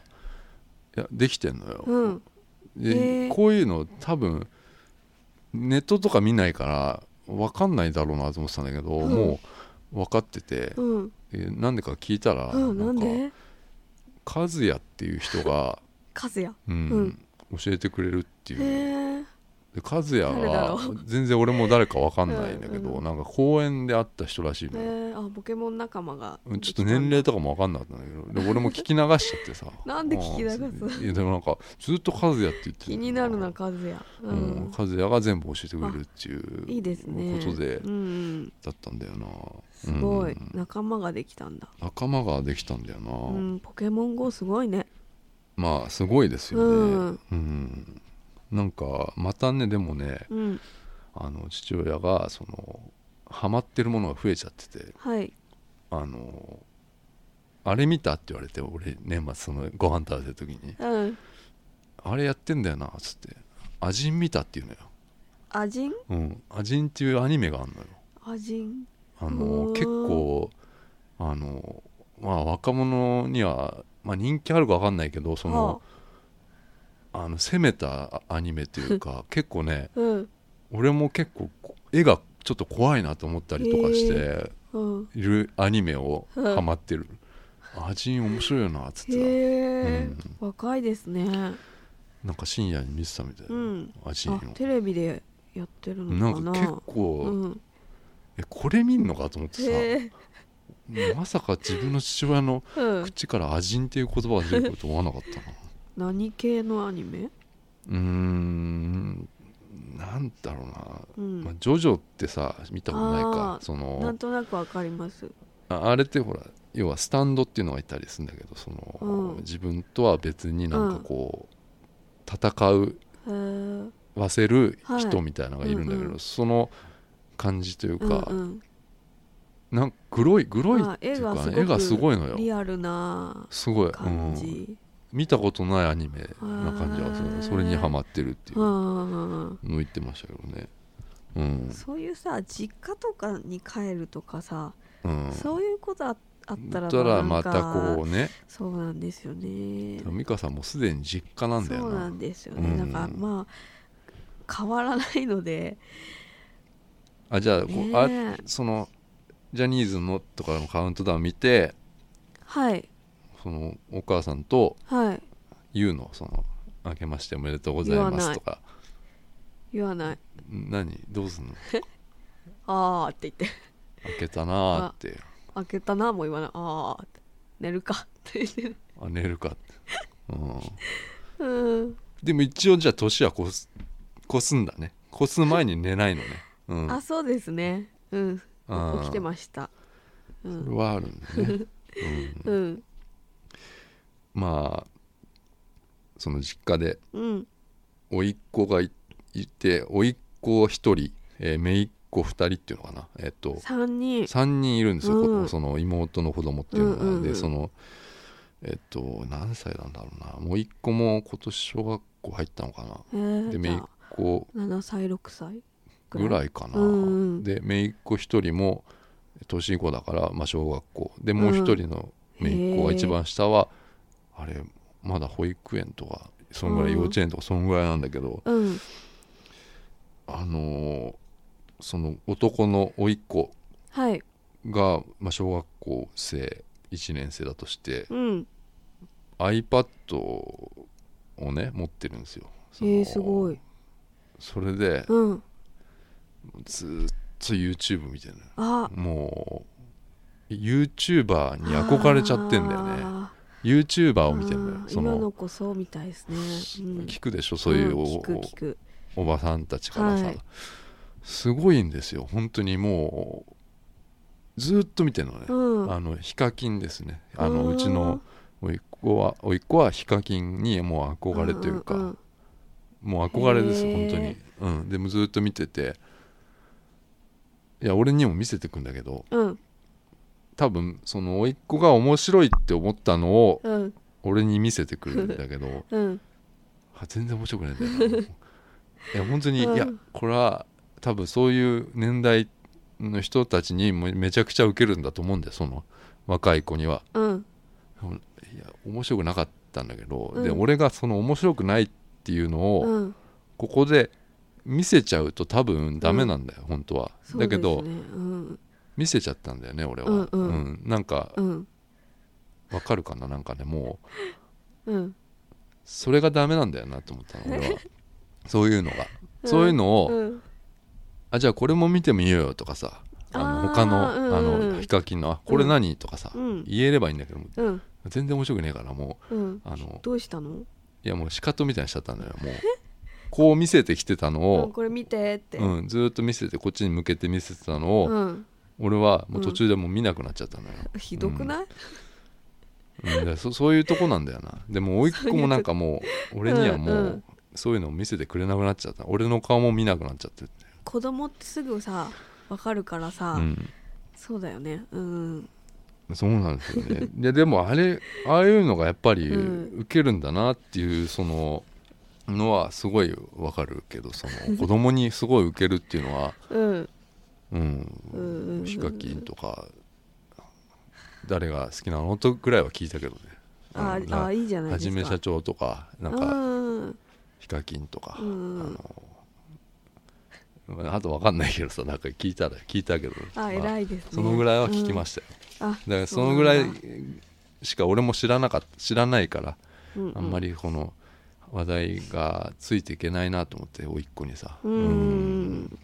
S1: いやできてんのよ、
S2: うん
S1: で
S2: へー
S1: こういうの多分ネットとか見ないから分かんないだろうなと思ってたんだけど、
S2: うん
S1: もう分かってて
S2: うん
S1: えなんでか聞いたら、
S2: うんなん
S1: か
S2: で
S1: 和也っていう人が、
S2: カズヤ
S1: うん教えてくれるっていう
S2: へえ
S1: で和也
S2: 誰だろ
S1: は
S2: う
S1: 全然俺も誰か分かんないんだけど、
S2: うんうん
S1: なんか公園で会った人らしいのよ、
S2: へえあポケモン仲間が
S1: うんちょっと年齢とかも分かんなかったんだけどで俺も聞き流しちゃってさ
S2: なんで聞き流す
S1: うんいやでもなんかずっと和也って言って
S2: 気になるなカズヤう
S1: うん
S2: ん、
S1: 和也が全部教えてくれるっていう
S2: いいですね
S1: ことで
S2: うんうん
S1: だったんだよな
S2: すごい
S1: うん
S2: 仲間ができたんだ
S1: 仲間ができたんだよな、
S2: うんポケモン GO すごいね
S1: まあすごいですよね、
S2: うん
S1: うんなんかまたねでもね
S2: うん
S1: あの父親がそのハマってるものが増えちゃってて
S2: はい
S1: あのあれ見たって言われて俺年末そのご飯食べてる時に
S2: うん
S1: あれやってんだよなっつって「アジン見た」っていうのよ
S2: アジン
S1: 「うん、アジン」っていうアニメがあるのよ
S2: アジン
S1: あ
S2: う
S1: の
S2: わー
S1: 結構あのまあ若者には、まあ、人気あるか分かんないけどその、あの攻めたアニメという か結構ね
S2: あうん
S1: 俺も結構こ絵がちょっと怖いなと思ったりとかして
S2: うん
S1: いるアニメを
S2: うん
S1: ハマってる、アジン面白いよなっつっ
S2: へ
S1: て
S2: え、
S1: うん
S2: 若いですね
S1: たなんか深夜に見てたみたいな、
S2: うん
S1: アジンを
S2: あテレビでやってる
S1: な
S2: のか
S1: ん
S2: な
S1: か結構、
S2: うん、
S1: えこれ見んのかと思ってさ、
S2: へえ、
S1: まさか自分の父親の
S2: うん、
S1: 口から「アジン」っていう言葉が出てくると思わなかったな
S2: 何系のアニメ、
S1: うーんなんだろうな、
S2: うん
S1: まあ、ジョジョってさ見たことないか
S2: あー
S1: そ
S2: な
S1: の
S2: んとなくわかります
S1: ああれってほら要はスタンドっていうのがいたりするんだけどその、
S2: うん
S1: 自分とは別になんかこう、戦う
S2: へえ
S1: わせる
S2: はい
S1: 人みたいなのがいるんだけど、
S2: うんうん
S1: その感じという
S2: うん
S1: か、
S2: うん
S1: なんか黒い黒い
S2: あ
S1: っていうか、
S2: 絵がすごく
S1: 絵がすごいのよ
S2: リアルな
S1: すごい、
S2: 感
S1: うん
S2: じ、
S1: 見たことないアニメな感じがする
S2: へー
S1: それにハマってるっていう
S2: う
S1: の
S2: んうん、
S1: 言ってましたけどねうん、
S2: そういうさ実家とかに帰るとかさ、
S1: うん、
S2: そういうことああっ
S1: だ
S2: たら
S1: ったらまた
S2: う
S1: こうね
S2: そうなんですよね
S1: 美香さんもすでに実家なんだよ
S2: そうな
S1: なん
S2: ですよね、
S1: うん
S2: なんかまあ変わらないので、
S1: あじゃあこう
S2: ね
S1: あ
S2: え、
S1: そのジャニーズのとかのカウントダウン見て
S2: はい
S1: そのお母さんと
S2: はい
S1: 言うのその「明けましておめでとうございます」とか
S2: 言わない
S1: 何どうすんの
S2: あーって言って
S1: 開けたなーって
S2: 開けたなもう言わないあーって寝るかって言って
S1: あ寝るかって、うん、
S2: うん
S1: でも一応じゃあ年は越す越すんだね越す前に寝ないのね、うん、
S2: あそうですねうん
S1: あー
S2: 起きてました
S1: そ
S2: う
S1: れ
S2: ん
S1: はあるんだ ね、うん、
S2: うん
S1: まあその実家で
S2: うん
S1: 甥っ子がいいて甥っ子一人、えー、姪っ子二人っていうのかなえっと
S2: 三人
S1: 3人いるんですよ、
S2: うん
S1: こその妹の子供っていうのが、
S2: うんうんうん
S1: でそのえっと何歳なんだろうなもう一個も今年小学校入ったのかな、
S2: え
S1: で
S2: ー、じ
S1: 姪
S2: ゃ
S1: っ
S2: あ
S1: 子
S2: 7歳6歳
S1: ぐら
S2: い
S1: いかな、
S2: うんうん
S1: で姪っ子一人も年子だから、まあ、小学校でもう一人の姪っ子が一番下は、あれまだ保育園とかそんぐらい
S2: うん
S1: 幼稚園とかそんぐらいなんだけど、
S2: うん
S1: あのーその男の甥っ子
S2: はい
S1: が、まあ、小学校生1年生だとして
S2: うん
S1: iPad をね持ってるんですよ。
S2: え
S1: その
S2: ー、すごい
S1: それで
S2: うん
S1: ずーっと YouTube 見てるのよ
S2: あ
S1: もう YouTuber に憧れちゃってんだよね
S2: あ
S1: YouTuber
S2: ー
S1: を見てんだ
S2: あ
S1: よ
S2: ー
S1: そ
S2: 今
S1: の
S2: の子そうみたいですね、うん、
S1: 聞くでしょそういうお,、
S2: ん聞く聞く
S1: おばさんたちからさ、
S2: はい
S1: すごいんですよ本当にもうずーっと見てるのね、
S2: うん
S1: あのヒカキンですねあ
S2: う
S1: の
S2: ん
S1: うちの甥っ子は甥っ子はヒカキンにもう憧れというか、
S2: んんん
S1: もう憧れです
S2: へ
S1: 本
S2: ー
S1: 当に、うん、でもずーっと見てていや俺にも見せてくんだけど、
S2: うん
S1: 多分その甥っ子が面白いって思ったのを
S2: うん
S1: 俺に見せてくるんだけ ど
S2: うん
S1: あ全然面白くないんだよないや本当に、
S2: うん
S1: いやこれは多分そういう年代の人たちにもめちゃくちゃウケるんだと思うんだよその若い子には
S2: うん
S1: いや面白くなかったんだけど、
S2: うん
S1: で俺がその面白くないっていうのを、
S2: うん
S1: ここで見せちゃうと多分ダメなんだよ、本当は
S2: そう
S1: だけど、
S2: ですねうん
S1: 見せちゃったんだよね俺は、
S2: うんうん
S1: うんなんか
S2: うん
S1: わかるかななんかねもう
S2: うん
S1: それがダメなんだよなと思ったの俺 はそういうのが、
S2: うん
S1: そういうのを、
S2: うん
S1: あじゃあこれも見てみようよとかさあの
S2: あー
S1: 他の,、あ
S2: うんう
S1: の
S2: ん
S1: ヒカキンのあ「これ何?」とかさ、
S2: うん
S1: 言えればいいんだけども
S2: うん
S1: 全然面白くねえからも
S2: うん
S1: うあの
S2: どうしたの
S1: いやもうシカトみたいにしちゃったんだよもうこう見せてきてたの
S2: うん
S1: を、
S2: これ見てって
S1: うんずーっと見せてこっちに向けて見せてたのを、
S2: うん
S1: 俺はもう途中でもう見なくなっちゃったのよ、
S2: ひどくない
S1: うんだからそ そういうとこなんだよなでも甥っ子もなんかもう俺にはも
S2: うんう
S1: うんそういうのを見せてくれなくなっちゃった俺の顔も見なくなっちゃってる
S2: 子供ってすぐさわかるからさ
S1: うん
S2: そうだよねうん
S1: そうなんですよね ででもあれああいうのがやっぱり
S2: うん
S1: ウケるんだなっていうそののはすごいわかるけどその子供にすごいウケるっていうのは、
S2: う
S1: う
S2: ん
S1: ん
S2: うんうん
S1: ヒカキンとか誰が好きなのとぐらいは聞いたけどね
S2: あ
S1: うん
S2: ああいいじゃない
S1: は
S2: で
S1: じ
S2: すか
S1: め社長とかなん
S2: う
S1: か
S2: んうん
S1: ヒカキンとか、
S2: うん
S1: あのあとわかんないけどさなんか聞いたら聞いたけど
S2: あ
S1: ま
S2: 偉いですね
S1: そのぐらいは聞きま
S2: し
S1: したよ、
S2: た、うんあ
S1: だからそのぐらい
S2: そうなんだ
S1: しか俺も知らなかった知らないから
S2: うう
S1: あんまりこの話題がついていけないなと思って甥っ子にさ
S2: うん
S1: うん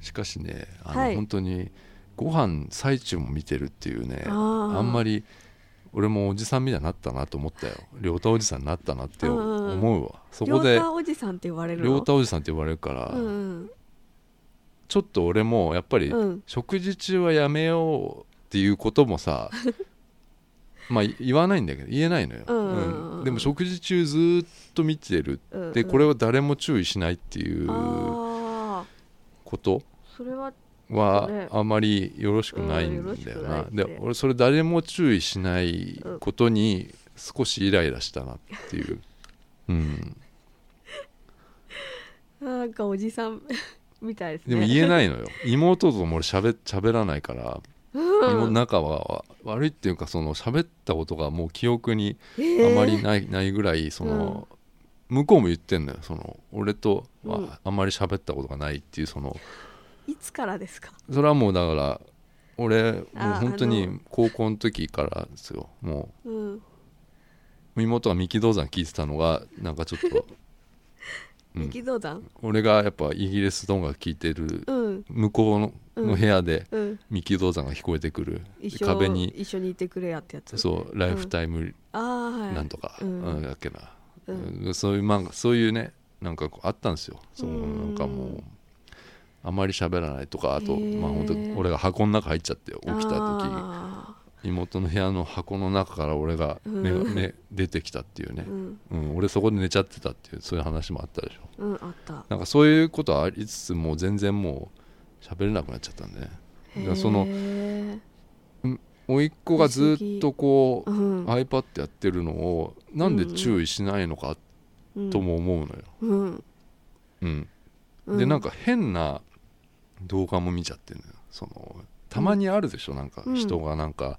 S1: しかしねあの、
S2: はい
S1: 本当にご飯最中も見てるっていうね
S2: あ
S1: あ
S2: ー
S1: んまり俺もおじさんみたいになったなと思ったよ良太おじさんになったなって
S2: うんうん
S1: 思うわそ
S2: 両
S1: こで
S2: おじさんって言われるの
S1: 良太おじさんって言われるから、
S2: うんうん
S1: ちょっと俺もやっぱり
S2: うん
S1: 食事中はやめようっていうことも さまあ言わないんだけど言えないのよ、
S2: うんうんうん
S1: うんでも食事中ずーっと見てる
S2: うん
S1: でこれを誰も注意しないっていう
S2: ああ
S1: こと
S2: それは
S1: は
S2: そうね
S1: あまりよろしくないんだよ
S2: うんよろしくない
S1: な
S2: っ。て
S1: で俺それ誰も注意しないことに少しイライラしたなって いう。うん、
S2: なんかおじさん みたいですね
S1: でも言えないのよ妹とも俺しゃべらないから、妹仲は悪いっていうかその喋ったことがもう記憶にあまり
S2: な
S1: ない,、ないぐらいその、向こうも言ってんのよその俺と
S2: う
S1: は
S2: ん
S1: あまり喋ったことがないっていうその
S2: いつからですか
S1: それはもうだから俺もう
S2: あ
S1: 本当
S2: あの
S1: に高校の時からですよも
S2: うん
S1: う妹が三木道山聞いてたのがなんかちょっ と、う
S2: 三
S1: ん、
S2: 木道山
S1: 俺がやっぱイギリス音楽聞いてる
S2: うん
S1: 向こうの,、
S2: うん
S1: の部屋で
S2: うん
S1: 三木道山が聞こえてくる
S2: 一緒
S1: 壁に
S2: 一緒にいてくれやってやつ
S1: そうライフタイム
S2: ああはい
S1: なんとか、
S2: うん
S1: なんだっけな、
S2: うん
S1: うんそういう漫画そういうねなんかこうあったんですよそう
S2: う
S1: なん
S2: ん
S1: かもうあまり喋らないとかあと、
S2: へー
S1: まあ本当に俺が箱の中入っちゃって起きた時に。
S2: あ
S1: 妹の部屋の箱の中から俺が目が、
S2: うん
S1: ね出てきたっていうね
S2: ー、うん
S1: うん、俺そこで寝ちゃってたっていうそういう話もあったでしょ
S2: うんあった
S1: なんかそういうことはありつつもう全然もう喋れなくなっちゃったんでねだからその
S2: へー
S1: 甥っ子がずっとこ
S2: う
S1: う、
S2: ん
S1: iPad やってるのをなんで注意しないのか
S2: うん
S1: とも思うのよ、
S2: うん
S1: うん
S2: う
S1: でなんか変な動画も見ちゃってるのよそのたまにあるでしょなんか
S2: うん
S1: 人がなんか、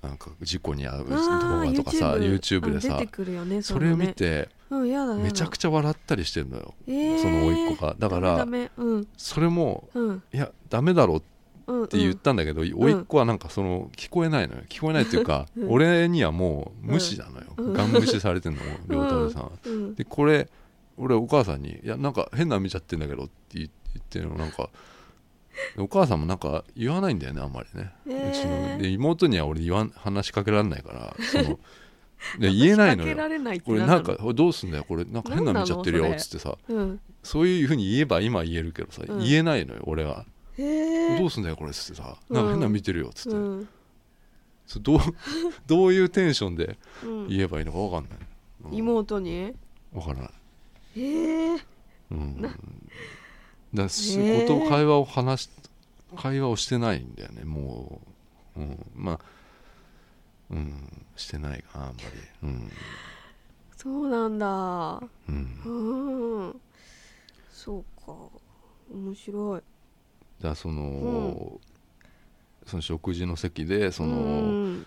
S1: なんか事故に遭う動
S2: あー
S1: 画とかさ YouTube, で
S2: うん
S1: さ
S2: 出てくるよね
S1: それを見てめ
S2: め
S1: ちゃく
S2: ち
S1: ちゃ笑ったりしてるのよ、
S2: ゃそ
S1: その甥っ子がだから
S2: ダメダメうん
S1: それも
S2: うん
S1: いやダメだろっ
S2: うんって
S1: 言ったんだけど、甥っ子はなんかその聞こえないのよ聞こえないっていうか、
S2: うん
S1: 俺にはもう無視なのよ、
S2: うん
S1: ガン無視されてんのも良太郎さんは。
S2: うん
S1: でこれ俺お母さんに「いやなんか変なの見ちゃってんだけど」って言ってるのなんかでお母さんもなんか言わないんだよねあんまりね、うち
S2: へ
S1: の
S2: ー
S1: で妹には俺言わん話しかけられないから そので言えないの
S2: 仕掛けら
S1: よ
S2: れないって
S1: これ
S2: 何
S1: な
S2: の
S1: んか「どうすんだよこれなんか変なの見ちゃってる
S2: 何
S1: よ」っ
S2: なの
S1: つってさ
S2: うん
S1: そういうふうに言えば今言えるけどさ、
S2: うん
S1: 言えないのよ俺は
S2: へ
S1: 「
S2: え
S1: どうすんだよこれ」っつってさ「
S2: うん
S1: なんか変なの見てるよ」っつって、
S2: うん
S1: そうどう どういうテンションで
S2: うん
S1: 言えばいいのか分かんない、うん
S2: 妹に
S1: 分からない
S2: へえ
S1: うん、だし、
S2: ねえ
S1: こと会話を話し会話をしてないんだよねもう、うん、まあうんしてないかなあんまりうん、
S2: そうなんだ
S1: うん、だか
S2: うんそうか面白い
S1: らその,、その食事の席でその、
S2: うん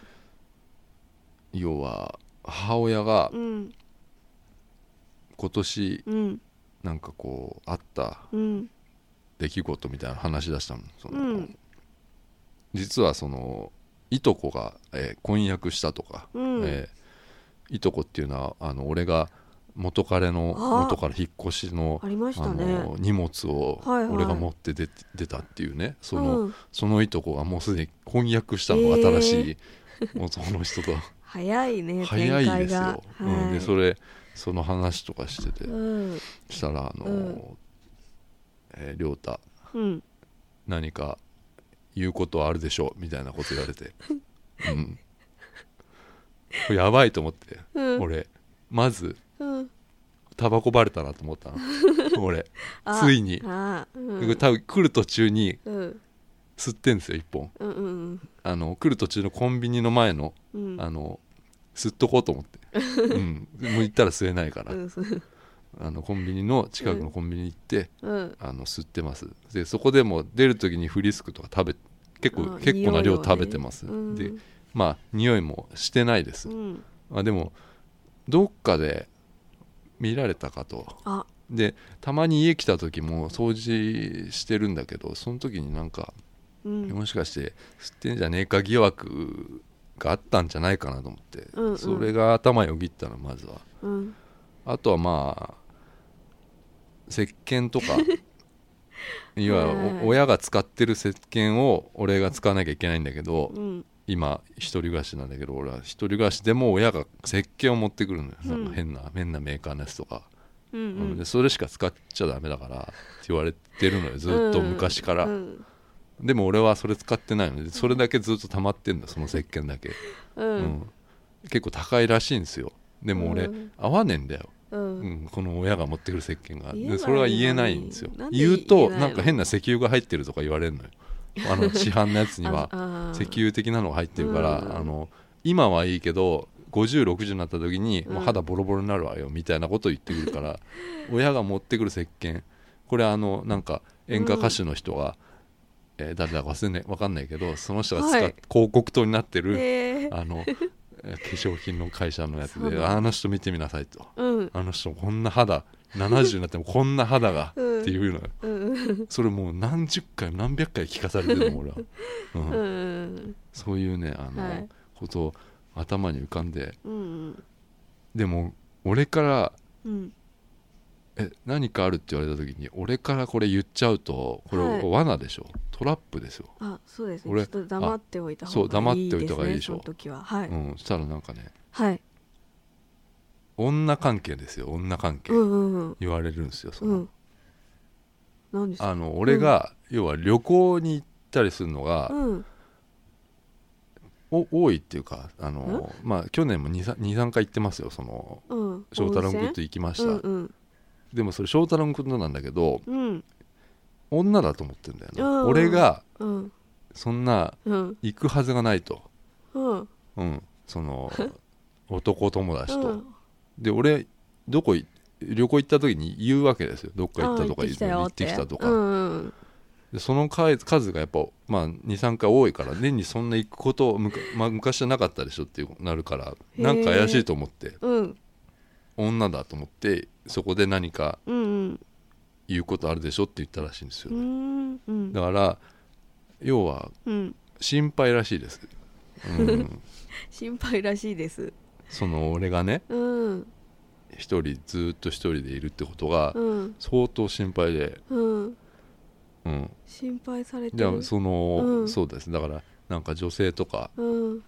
S1: 要は母親が
S2: うん
S1: 今年
S2: うん
S1: なんかこうあった
S2: うん
S1: 出来事みたいな話し出したのその、
S2: うん
S1: 実はそのいとこが、えー婚約したとか、
S2: うん
S1: えーいとこっていうのはあの俺が元彼の
S2: あ
S1: 元から引っ越しの
S2: ありまし
S1: あ
S2: たね
S1: の荷物を
S2: はいはい
S1: 俺が持って出て出たっていうねその,、
S2: うん
S1: そのいとこがもうすでに婚約したの、
S2: え
S1: 新
S2: ー
S1: しいもうその人 と
S2: 早いね
S1: 早い
S2: 展開
S1: です
S2: が
S1: よ、うん、で
S2: れ
S1: それその話とかしてて
S2: うん
S1: したらあの、
S2: うん
S1: えー亮太
S2: うん
S1: 何か言うことはあるでしょうみたいなこと言われて、うん、これやばいと思って、
S2: うん
S1: 俺まず
S2: うん
S1: タバコバレたなと思ったの俺
S2: あ
S1: ついに
S2: あー
S1: こ
S2: う
S1: れ
S2: ん
S1: 多分来る途中に
S2: うん
S1: 吸ってんですよ一本
S2: うんうん
S1: あの来る途中のコンビニの前の
S2: うん
S1: あの吸っとこうと思 って、うん、もう行ったら吸えないから、
S2: うんそう
S1: あのコンビニの近くのコンビニ行って、
S2: うん
S1: あの吸ってますでそこでもう出る時にフリスクとか食べ結構
S2: あ
S1: 結構な量
S2: 匂いはね
S1: 食べてます、
S2: うん
S1: でまあ匂いもしてないです、
S2: うん、
S1: まあ、でもどっかで見られたかと
S2: あ
S1: でたまに家来た時も掃除してるんだけどその時になんか
S2: うん
S1: もしかして吸ってんじゃねえか疑惑があったんじゃないかなと思って、
S2: うんうん
S1: それが頭よぎったのまずは
S2: うん
S1: あとはまあ石鹸と かいわゆる
S2: はい
S1: お親が使ってる石鹸を俺が使わなきゃいけないんだけど、
S2: うん
S1: 今一人暮らしなんだけど俺は一人暮らしでも親が石鹸を持ってくるのよ、
S2: うん
S1: なんか変な変なメーカーのやつとか、
S2: う
S1: うん
S2: ん
S1: でそれしか使っちゃダメだからって言われてるのよずっと昔から、
S2: うん
S1: でも俺はそれ使ってないのでそれだけずっと溜まってんだその石鹸だけ、う
S2: う
S1: ん
S2: ん
S1: 結構高いらしいんですよでも俺、
S2: うん
S1: 合わねえんだよ、
S2: う
S1: うんん、この親が持ってくる石鹸が
S2: 言えば
S1: でそれは言えないんですよ
S2: いいのに
S1: 言う
S2: なんで言
S1: と
S2: えないの
S1: なんか変な石油が入ってるとか言われるのよあ の市販のやつには
S2: ああー
S1: 石油的なのが入ってるから、
S2: うん
S1: あの今はいいけど5060になった時に、
S2: うん
S1: もう肌ボロボロになるわよみたいなことを言ってくるから 親が持ってくる石鹸これあのなんか演歌歌手の人が、えー誰だか忘れねわかんないけどその人が使っ、
S2: はい
S1: 広告塔になってる、
S2: へー
S1: あのえー化粧品の会社のやつ
S2: そう
S1: で
S2: なんだ
S1: あの人見てみなさいと
S2: うん
S1: あの人こんな肌70になってもこんな肌が
S2: うん
S1: っていうのよ
S2: うんうん
S1: それもう何十回何百回聞かされてるの俺は、うん
S2: うん
S1: そういうねあの、
S2: はい
S1: ことを頭に浮かんで
S2: うん
S1: でも俺から
S2: うん
S1: 「え何かある?」って言われた時に俺からこれ言っちゃうとこれ、
S2: はい
S1: 罠でしょトラップですよ、
S2: あそうですね
S1: 俺
S2: ちょっと黙っておいた
S1: あ
S2: 方
S1: そう
S2: がい
S1: 黙
S2: い
S1: って
S2: で
S1: おいた
S2: す
S1: 方がいい
S2: ね
S1: でしょ
S2: その時ははい
S1: うん、そしたらなんかね
S2: はい
S1: 女関係ですよ女関係、
S2: うんうん
S1: 言われるんですよその、
S2: うん何ですか
S1: あの俺が、要は旅行に行ったりするのが、
S2: うん
S1: お多いっていうかあの、まあ、去年も23回行ってますよその
S2: うん
S1: 翔太郎君と行きました、
S2: うんうん
S1: でもそれ翔太郎君となんだけど
S2: うん
S1: 女だと思ってんだよな、
S2: うん
S1: 俺が
S2: うん
S1: そんな
S2: うん
S1: 行くはずがないと。
S2: うん
S1: うん、そ の男友達と、
S2: うん
S1: で俺どこい旅行行った時に言うわけですよどっか行ったとか
S2: あー行ってきたよ
S1: 行
S2: っ
S1: って
S2: て
S1: きたとか、
S2: うんうん
S1: でその数数がやっぱ、まあ、23回多いから年にそんな行くことむか、まあ、昔じゃなかったでしょってなるから
S2: ー
S1: なんか怪しいと思って
S2: うん
S1: 女だと思ってそこで何か
S2: うん
S1: 言うことあるでしょって言ったらしいんですよ、
S2: うんうんうん
S1: だから要は
S2: うん
S1: 心配らしいです、 うん、
S2: 心配らしいです
S1: その俺がね
S2: うん
S1: 一人ずーっと一人でいるってことが、
S2: うん
S1: 相当心配で、
S2: うん
S1: うん、
S2: 心配されて
S1: じゃあ
S2: る
S1: その、
S2: うん
S1: そうですだからなんか女性とか
S2: うん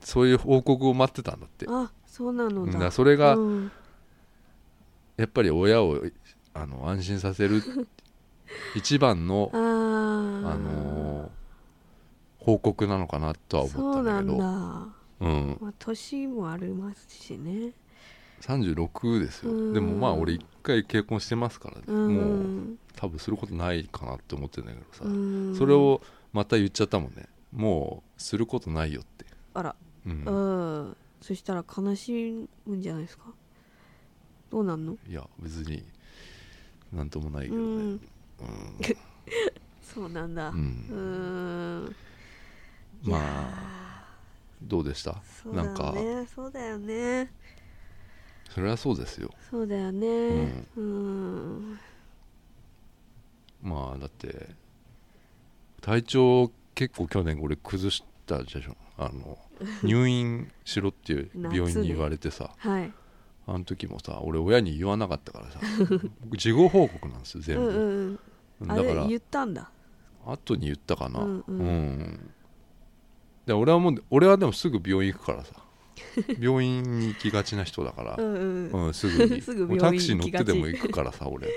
S1: そういう報告を待ってたんだって
S2: あそうな
S1: う
S2: の
S1: んだ
S2: だ
S1: からそれが
S2: うん
S1: やっぱり親をあの安心させ る一番の
S2: あ、
S1: あ
S2: ー
S1: のー報告なのかなとは思ったんだけ
S2: そう
S1: ど
S2: なんだ
S1: うん、
S2: まあ年もありますしね
S1: 36ですよ、
S2: うん
S1: でもまあ俺一回結婚してますから、もう
S2: うん
S1: 多分することないかなって思ってんだけどさ、
S2: うん
S1: それをまた言っちゃったもんねもうすることないよって、
S2: あら
S1: うん
S2: うんそしたら悲しむんじゃないですかどうなんの
S1: いや別になんともないけ
S2: う
S1: どね
S2: ん
S1: うん
S2: そうなんだ
S1: う
S2: うんん
S1: まあどうでした
S2: そうだ
S1: なん
S2: よ
S1: か
S2: ねそうだよね
S1: それはそうですよ
S2: そうだよねうん
S1: まあだって体調結構去年俺崩したでしょあ の入院しろっていう病院
S2: 夏
S1: に
S2: ね
S1: 言われてさ
S2: はい
S1: あの時もさ俺親に言わなかったからさ 僕事後報告なんですよ
S2: う
S1: 全
S2: んうん
S1: 部、
S2: うん
S1: だ
S2: あ
S1: か
S2: れ
S1: ら
S2: 言ったんだ
S1: 後に言ったかなう
S2: うんん、うん
S1: で俺はもう俺はでもすぐ病院行く からさ病院に行きがちな人だから
S2: うんうん
S1: うん、すぐに
S2: すぐ
S1: もう
S2: 病院
S1: タクシー乗っ
S2: 行きが
S1: て
S2: ち
S1: でも行くからさ俺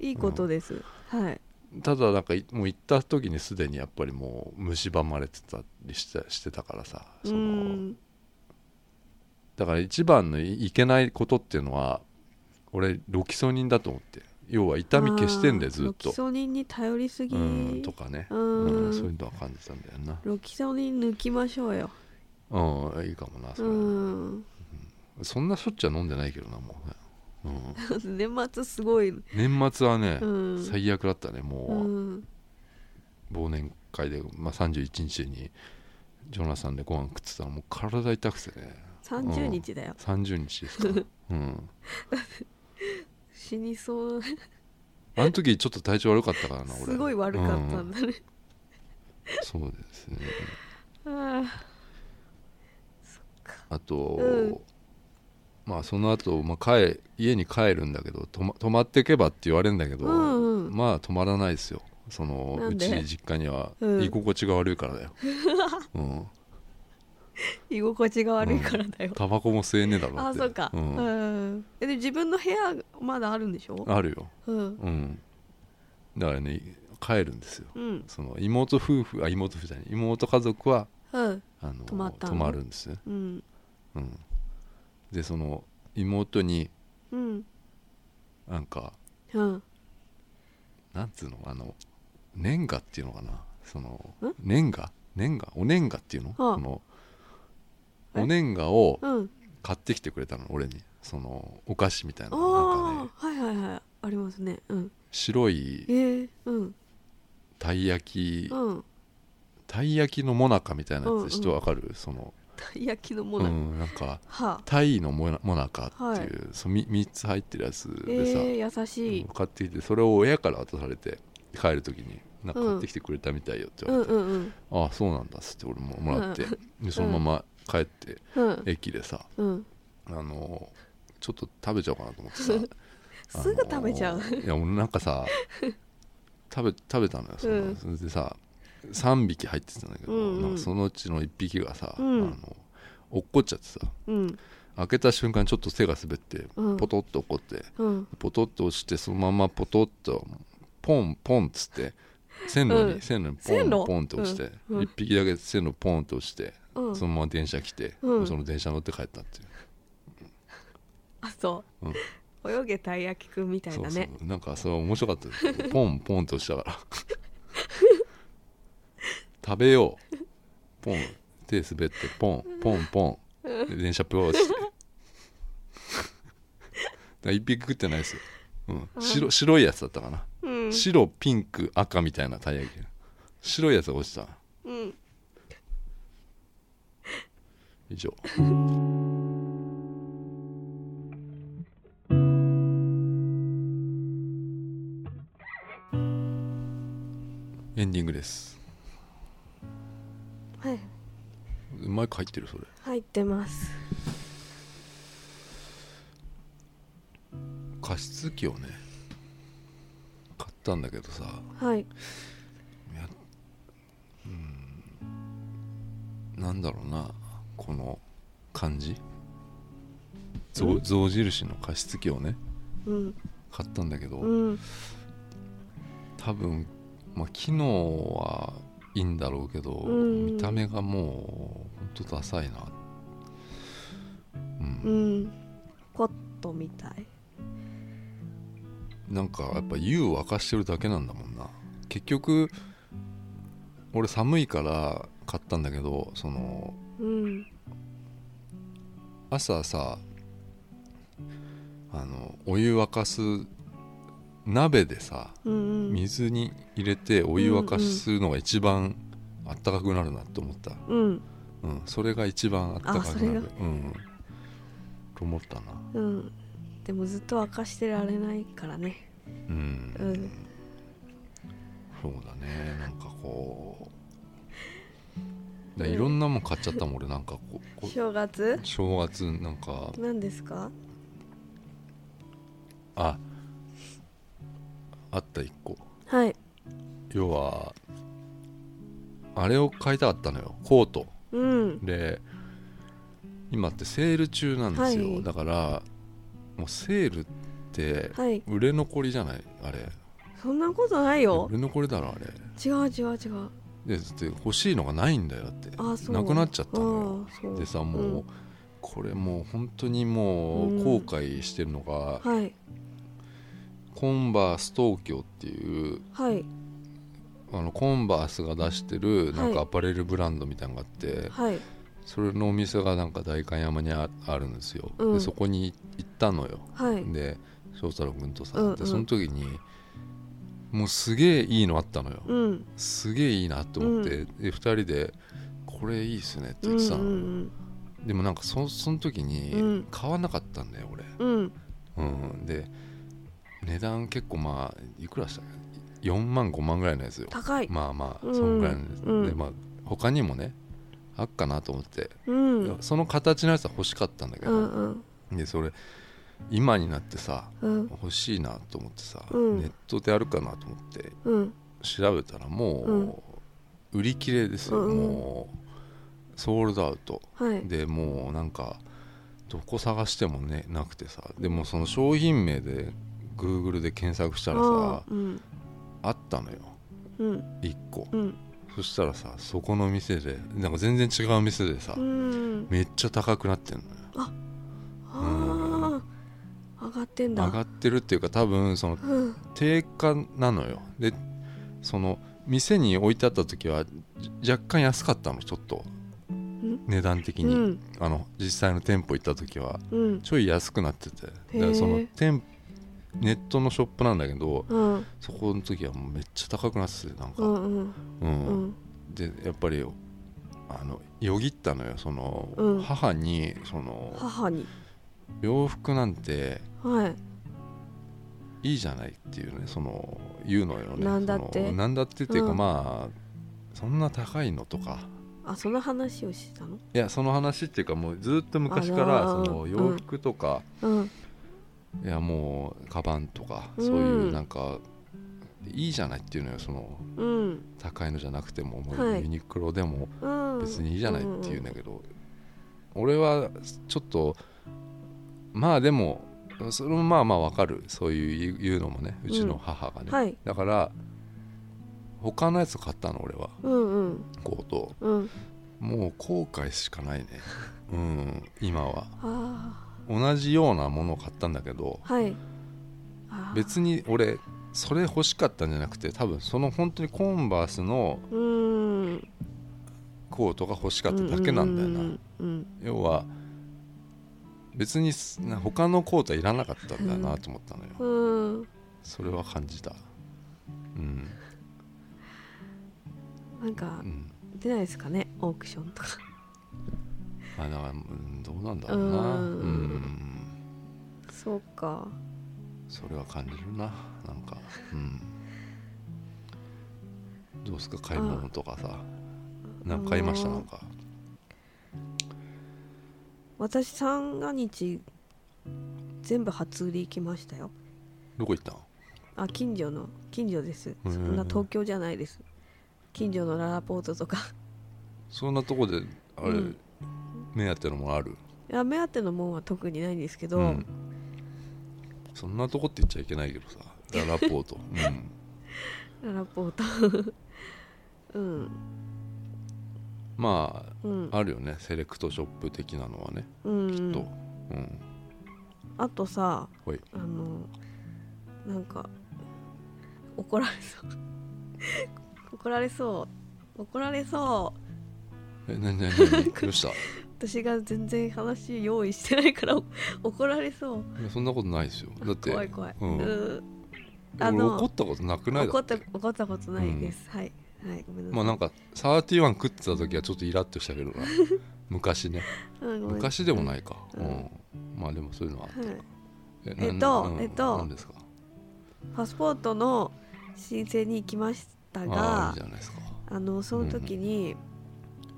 S2: いいことです。はい。
S1: ただなんかいもう行った時にすでにやっぱりもう蝕まれてたりしてしてたからさ
S2: う
S1: その
S2: ん。
S1: だから一番のいいけないことっていうのは俺ロキソニンだと思って要は痛み消してんだよ
S2: あー
S1: ずっ
S2: ロキ
S1: と
S2: ソニンに頼りすぎ。
S1: うんとかね
S2: うん
S1: うんそういうのは感じたんだよな
S2: ロキソニン抜きましょうよ。
S1: うんいいかもなそれ
S2: う
S1: は
S2: ん。
S1: そんなしょっちゅうは飲んでないけどなもうね、
S2: 年末すごい。
S1: うん、年末はね
S2: うん。
S1: 最悪だったね
S2: う
S1: も
S2: ん。
S1: う忘年会で、まあ、31日にジョナサンでご飯食ってたらもう体痛くてね
S2: 30日だよ、
S1: 30日ですかうん
S2: 死にそう
S1: あの時ちょっと体調悪かったからな俺
S2: すごい悪かった
S1: うん
S2: だね、
S1: そうですね
S2: ああそっか
S1: あと、
S2: うん
S1: まあその後、まあ帰家に帰るんだけど泊ま泊まってけばって言われるんだけど、
S2: うんうん
S1: まあ泊まらないですよその
S2: な
S1: うん
S2: で
S1: ち実家には
S2: うん
S1: 居心地が悪いから だよ、うん、
S2: 居心地が悪いからだよ、
S1: タバコも吸えねえだろ
S2: ああ
S1: って
S2: そっかう
S1: うん
S2: ん、えで自分の部屋まだあるんでしょ
S1: あるよ、
S2: うん
S1: うん、だからね帰るんですよ
S2: うん
S1: その妹夫婦あ妹夫婦じゃない妹家族は
S2: うん
S1: あの
S2: 泊まったの
S1: まるんですよ、
S2: うん
S1: うん、でその妹に
S2: うん
S1: なんか
S2: うん
S1: なんつうのあの年賀っていうのかなその
S2: ん
S1: 年賀年賀お年賀っていうの,、
S2: はあ
S1: その
S2: え
S1: お年賀を
S2: うん
S1: 買ってきてくれたの俺にそのお菓子みたいななんか
S2: あ
S1: ね
S2: あ、はいはいはいありますねうん
S1: 白い
S2: ええうん
S1: たい焼き
S2: うん
S1: たい焼きのもなかみたいなや
S2: うんう
S1: つ
S2: ん
S1: 人わかるその
S2: たい焼きのも
S1: う
S2: な、
S1: んなんか
S2: はあ
S1: タイのもなもなかっていう、そみ3つ入ってるやつ
S2: え
S1: でさ、
S2: え優しい
S1: うん、買ってきてそれを親から渡されて帰る時に「なんか買ってきてくれたみたいよ」って言われて
S2: うんうんうん
S1: ああそうなんだっつって俺ももらって、でそのまま帰って
S2: うん
S1: 駅でさ、
S2: うん
S1: あのーちょっと食べちゃおうかなと思ってさあのー
S2: すぐ食べちゃう、
S1: いや俺なんかさ食べ食べたのよその、
S2: うん
S1: それでさ3匹入ってたんだけど、
S2: うんうん
S1: なんかそのうちの1匹がさ、
S2: うん
S1: あの落っこっちゃってさ
S2: うん
S1: 開けた瞬間ちょっと手が滑って
S2: うん
S1: ポトッと落っこって
S2: うん
S1: ポトッと落ちてそのままポトッとポンポンっつって線路に、
S2: うん
S1: 線路に
S2: 線
S1: ポ
S2: 路
S1: ンポンって落ちて、
S2: うんうん
S1: 1匹だけ線路ポンって落ちて、
S2: うん
S1: そのまま電車来て、
S2: うん
S1: その電車乗って帰ったっていう
S2: あそう、泳げたい焼きくんみたい
S1: そ
S2: な
S1: うそ
S2: ね
S1: うなんかそれ面白かったですポンポンと落ちた から食べようポン手滑ってポンポンポンで電車プローしてだから一匹食ってないですよ、うん、白白いやつだったかな
S2: うん
S1: 白ピンク赤みたいなたい焼き白いやつが落ちた
S2: うん
S1: 以上エンディングです
S2: はい
S1: マイク入ってるそれ
S2: 入ってます
S1: 加湿器をね買ったんだけどさ
S2: はい
S1: なんだろうなこの感じ象象印の加湿器をね
S2: うん
S1: 買ったんだけど、
S2: うん
S1: 多分、まあ、機能はいいんだろうけど、
S2: うん
S1: 見た目がもうほんとダサいなう、
S2: うんんポットみたい
S1: なんかやっぱ湯を沸かしてるだけなんだもんな結局俺寒いから買ったんだけどその
S2: うん
S1: 朝さあのお湯沸かす鍋でさ
S2: うんうん
S1: 水に入れてお湯沸かすのが一番あったかくなるなって思った
S2: うん
S1: うん、それが一番あったか
S2: あ
S1: く
S2: それ
S1: な
S2: が
S1: る、うん、と思ったな
S2: うんでもずっと沸かしてられないからね
S1: うん、
S2: うん
S1: そうだねなんかこうだいろんなもん買っちゃったもん俺なんかこうこ
S2: 正月
S1: 正月なんか
S2: 何ですか
S1: ああった一個
S2: はい
S1: 要はあれを買いたかったのよコート
S2: うん
S1: で今ってセール中なんですよ、
S2: はい
S1: だからもうセールって
S2: はい
S1: 売れ残りじゃないあれ
S2: そんなことないよ
S1: 売れ残りだろあれ
S2: 違う違う違う
S1: でだって欲しいのがないんだよだって
S2: あそう
S1: なくなっちゃったの
S2: あそ
S1: よ
S2: う
S1: でさもう、
S2: うん
S1: これもう本当にも
S2: う
S1: うん後悔してるのが、
S2: はい
S1: コンバース東京っていう
S2: はい
S1: あのコンバースが出してるなんか
S2: はい
S1: アパレルブランドみたいなのがあって、
S2: はい
S1: それのお店がなんか代官山にああるんですよ、
S2: うん
S1: でそこに行ったのよ
S2: はい
S1: で翔太郎君とさ、
S2: うんうん
S1: でその時にもうすげえいいのあったのよ、
S2: うん
S1: すげえいいなと思って、で2人で「これいいっすね」って言ってたの、
S2: うん
S1: でもなんかそその時
S2: う
S1: に
S2: ん
S1: 買わなかったんだよ俺、
S2: うんうん
S1: うん、で値段結構まあいくらした4万5万ぐらいのやつよ
S2: 高い、
S1: まあまあ
S2: うん
S1: そんぐらいのやつ、
S2: うん
S1: でまあ他にもねあっかなと思って、
S2: うん、うん
S1: その形のやつは欲しかったんだけ
S2: う
S1: ど、
S2: ん
S1: でそれ今になってさ
S2: うん
S1: 欲しいなと思ってさ、
S2: うん
S1: ネットであるかなと思って
S2: うん
S1: 調べたらもう売り切れですよ、
S2: うんうん
S1: もうソールドアウト
S2: はい
S1: でもうなんかどこ探してもねなくてさでもその商品名で Google で検索したらさ
S2: あーうん
S1: あったのよ
S2: うん
S1: 1個
S2: うん
S1: そしたらさそこの店でなんか全然違う店でさ
S2: うん
S1: めっちゃ高くなってんのよ
S2: ああ上がってんだ
S1: 上がってるっていうか多分その
S2: うん
S1: 定価なのよでその店に置いてあった時はじ若干安かったのちょっと値段的に、
S2: うん
S1: あの実際の店舗行った時は
S2: うん
S1: ちょい安くなってて
S2: へー
S1: だからその店ネットのショップなんだけど
S2: うん
S1: そこの時はもうめっちゃ高くなっててなん
S2: う
S1: か、
S2: んうん
S1: う
S2: うんん
S1: でやっぱりあのよぎったのよその、
S2: うん
S1: 母にその
S2: 母に
S1: 洋服なんて
S2: はい
S1: いいじゃないっていうねその言うのよね
S2: なんだって
S1: そのなんだってっていうか、
S2: うん
S1: まあそんな高いのとか
S2: あその話をしてたの
S1: いやその話っていうかもうずっと昔か
S2: あ
S1: ら
S2: ら
S1: そ
S2: ー
S1: の
S2: うん
S1: 洋服とか、
S2: うん
S1: いやもうカバンとか、
S2: うん
S1: そういうなんかいいじゃないっていうのよその
S2: うん
S1: 高いのじゃなくてももう
S2: はい
S1: ユニクロでも
S2: うん
S1: 別にいいじゃないっていうんだけど、俺はちょっとまあでもそれもまあまあわかるそういう言うのもねうちの母がね、
S2: はい
S1: だから他のやつ買ったの俺は
S2: うんうん
S1: コート
S2: うん
S1: もう後悔しか ないねうん今は
S2: あ
S1: 同じようなものを買ったんだけど
S2: あはいあー
S1: 別に俺それ欲しかったんじゃなくて多分その本当にコンバースの
S2: うん
S1: コートが欲しかっただけなんだよな、
S2: うんうん
S1: 要は別にすな他のコートはいらなかったんだなと思ったのよ、
S2: うんうん
S1: それは感じたうん、
S2: なんか
S1: うん、
S2: 出ないですかねオークションとか
S1: あだからうんどうなんだろうな
S2: う
S1: うんん
S2: そうか
S1: それは感じるななんかうんどうすか買い物とかさなんか買いましたなんか
S2: 私三が日全部初売り行きましたよ
S1: どこ行ったん
S2: あ近所の近所ですそ
S1: うん
S2: んな東京じゃないです近所のララポートとか
S1: そんなとこであれ、
S2: うん
S1: 目当てのものある
S2: いや目当てのもんは特にないんですけど、
S1: ん、そんなとこって言っちゃいけないけどさララポート、うん、
S2: ララポート うん
S1: ま
S2: うん
S1: ああるよねセレクトショップ的なのはね
S2: うん
S1: きっとうん
S2: あとさ
S1: ほい
S2: あのなんか怒られそう 怒られそう怒られそう
S1: え何何 何どうしたい
S2: 私が全然話用意してないから 怒られそう
S1: やそんなことないですよだって
S2: 怖い怖い、
S1: うん
S2: うんあ
S1: 俺
S2: の
S1: 怒ったことなくないだ
S2: 怒った怒ったことないです、はいはいごめんなさい
S1: まあなんか31食ってた時はちょっとイラッとしたけど な昔ね
S2: うんごめん
S1: 昔でもないか、
S2: う
S1: うんんまあでもそういうのはあった、
S2: はい
S1: え
S2: えっと
S1: なな
S2: えっと
S1: 何ですか
S2: パスポートの申請に行きました
S1: ああい
S2: が
S1: いじゃないですか
S2: あのその時に、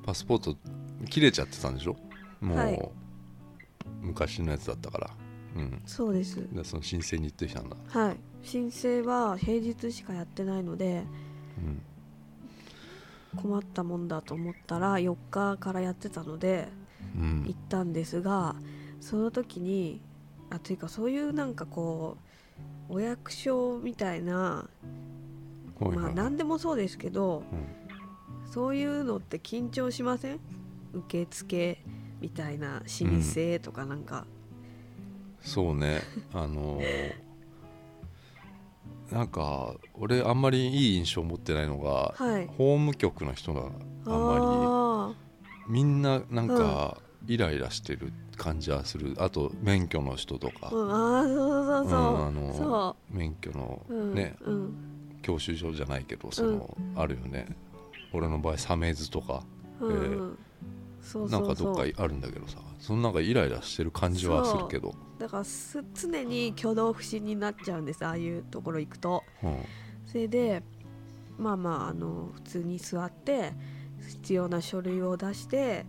S1: パスポート切れちゃってたんでしょもう、
S2: はい
S1: 昔のやつだったからうん
S2: そうです
S1: でその申請に行ってきたんだ、
S2: はい申請は平日しかやってないので
S1: うん、
S2: 困ったもんだと思ったら4日からやってたので
S1: うん
S2: 行ったんですがその時にあというかそういうなんかこうお役所みたいな、
S1: はい
S2: ま
S1: は
S2: あ
S1: い
S2: 何でもそうですけど
S1: うん
S2: そういうのって緊張しません受付みたいな申請とかなんか、
S1: そう ねあのーなんか俺あんまりいい印象持ってないのが、
S2: はい
S1: 法務局の人があんま
S2: あ
S1: りみんななんかイライラしてる感じはするあと免許の人とか、
S2: ー、うん、あーそうそうそう
S1: うんあの
S2: そ
S1: 免許の
S2: う、うん、
S1: ね、
S2: うん
S1: 教習所じゃないけどその、あるよね俺の場合サメズとか
S2: うんうんそうそうそう
S1: なんかどっかあるんだけどさそのなんかイライラしてる感じはするけど
S2: だからす常に挙動不審になっちゃうんですああいうところ行くと
S1: う、
S2: それでまあまああの普通に座って必要な書類を出して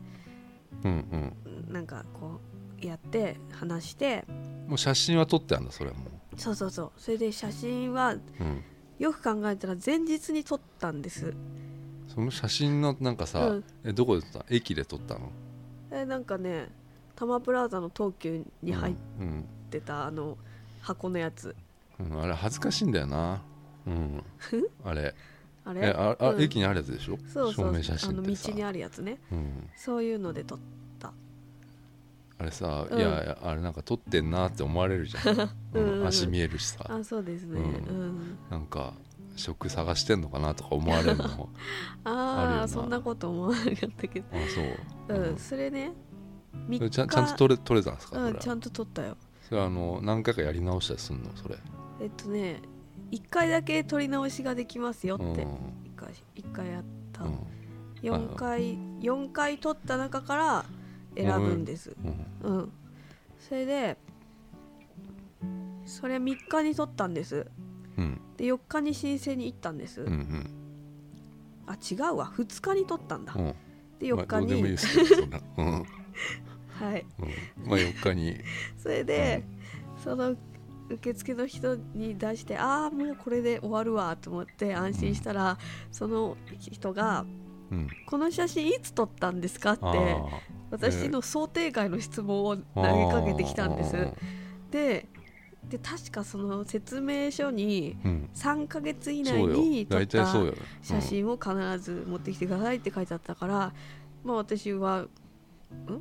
S1: ん、うん
S2: なんかこうやって話して
S1: うんもう写真は撮ってあんだそれはも
S2: そうそうそうそれで写真は
S1: う、うん、
S2: よく考えたら前日に撮ったんです
S1: その写真のなんかさ、
S2: うん
S1: えどこで撮った駅で撮ったの
S2: えなんかね多摩プラザの東急に入っ
S1: うん
S2: てた、あの箱のやつ
S1: うんうんあれ恥ずかしいんだよなうんあれ
S2: あれ
S1: えああ、
S2: うん
S1: 駅にあるやつでしょ
S2: そうそう
S1: 証明写真
S2: あの
S1: って
S2: 道
S1: さ
S2: にあるやつね
S1: うん、
S2: そういうので撮っ
S1: あれさ、
S2: うん
S1: いやいやあれなんか撮ってんなって思われるじ ゃん、
S2: うんうん
S1: うん足見えるしさ
S2: あそうですね、う
S1: うんんなんか職探してんのかなとか思われるのああるよ
S2: ああ
S1: な
S2: そんなこと思わなかったけど
S1: そう
S2: うん、
S1: うん
S2: それね
S1: それ
S2: 3日
S1: ちゃんちゃんと撮れ撮れたんですか、
S2: うん、
S1: そ
S2: ち
S1: れ
S2: ゃ
S1: は
S2: んと撮ったよ
S1: それはあの何回かやり直したりすんのそれ
S2: えっとね1回だけ撮り直しができますよって、
S1: うん
S2: 1回一回やった、
S1: うん
S2: 4回4回撮った中から選ぶんです、
S1: うん
S2: うん、それでそれ3日に取ったんです
S1: うん
S2: で4日に申請に行ったんです、
S1: うんうん
S2: あ違うわ2日に取ったんだ、
S1: うん
S2: で4
S1: まあど
S2: 日
S1: うでもいい
S2: に
S1: で、すけどそんなうんうん
S2: はい
S1: まあ4日に
S2: それで、その受付の人に出してああもうこれで終わるわと思って安心したら、その人が
S1: うん
S2: 「この写真いつ撮ったんですか?」って
S1: あー
S2: 私の想定外の質問を投げかけてきたんです。でで確かその説明書に
S1: うん
S2: 3ヶ月以内
S1: そう
S2: に
S1: よ
S2: 撮っ
S1: 大体
S2: た
S1: そうようん
S2: 写真を必ず持ってきてくださいって書いてあったから、まあ私はん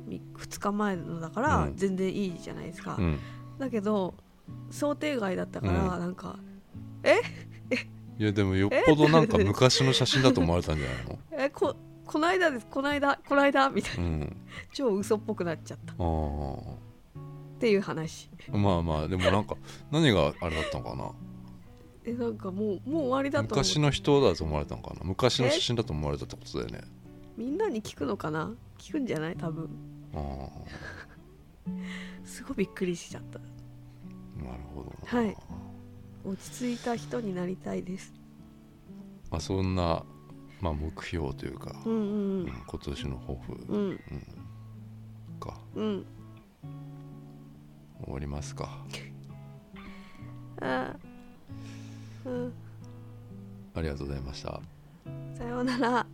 S2: 2日前のだから
S1: うん
S2: 全然いいじゃないですか、
S1: うん
S2: だけど想定外だったから
S1: う
S2: なんか
S1: いやでもよっぽどなんか昔の写真だと思われたんじゃないの
S2: 「えここないだですこないだこないだ」みたいな
S1: うん
S2: 超嘘っぽくなっちゃったっ
S1: あ
S2: ていう話
S1: あまあまあでもなんか何があれだったのかな
S2: えなんかもうもう終わりだと思
S1: 昔
S2: う
S1: の人だと思われたのかな昔の写真だと思われたってことだよね
S2: みんなに聞くのかな聞くんじゃない多分
S1: ああ
S2: すごいびっくりしちゃった
S1: なるほどな
S2: はい落ち着いた人になりたいです
S1: まあそんなまあ目標というか
S2: うん
S1: うん今年の抱負
S2: うんうん
S1: か
S2: うんうん
S1: 終わりますか
S2: あーうん
S1: ありがとうございました
S2: さようなら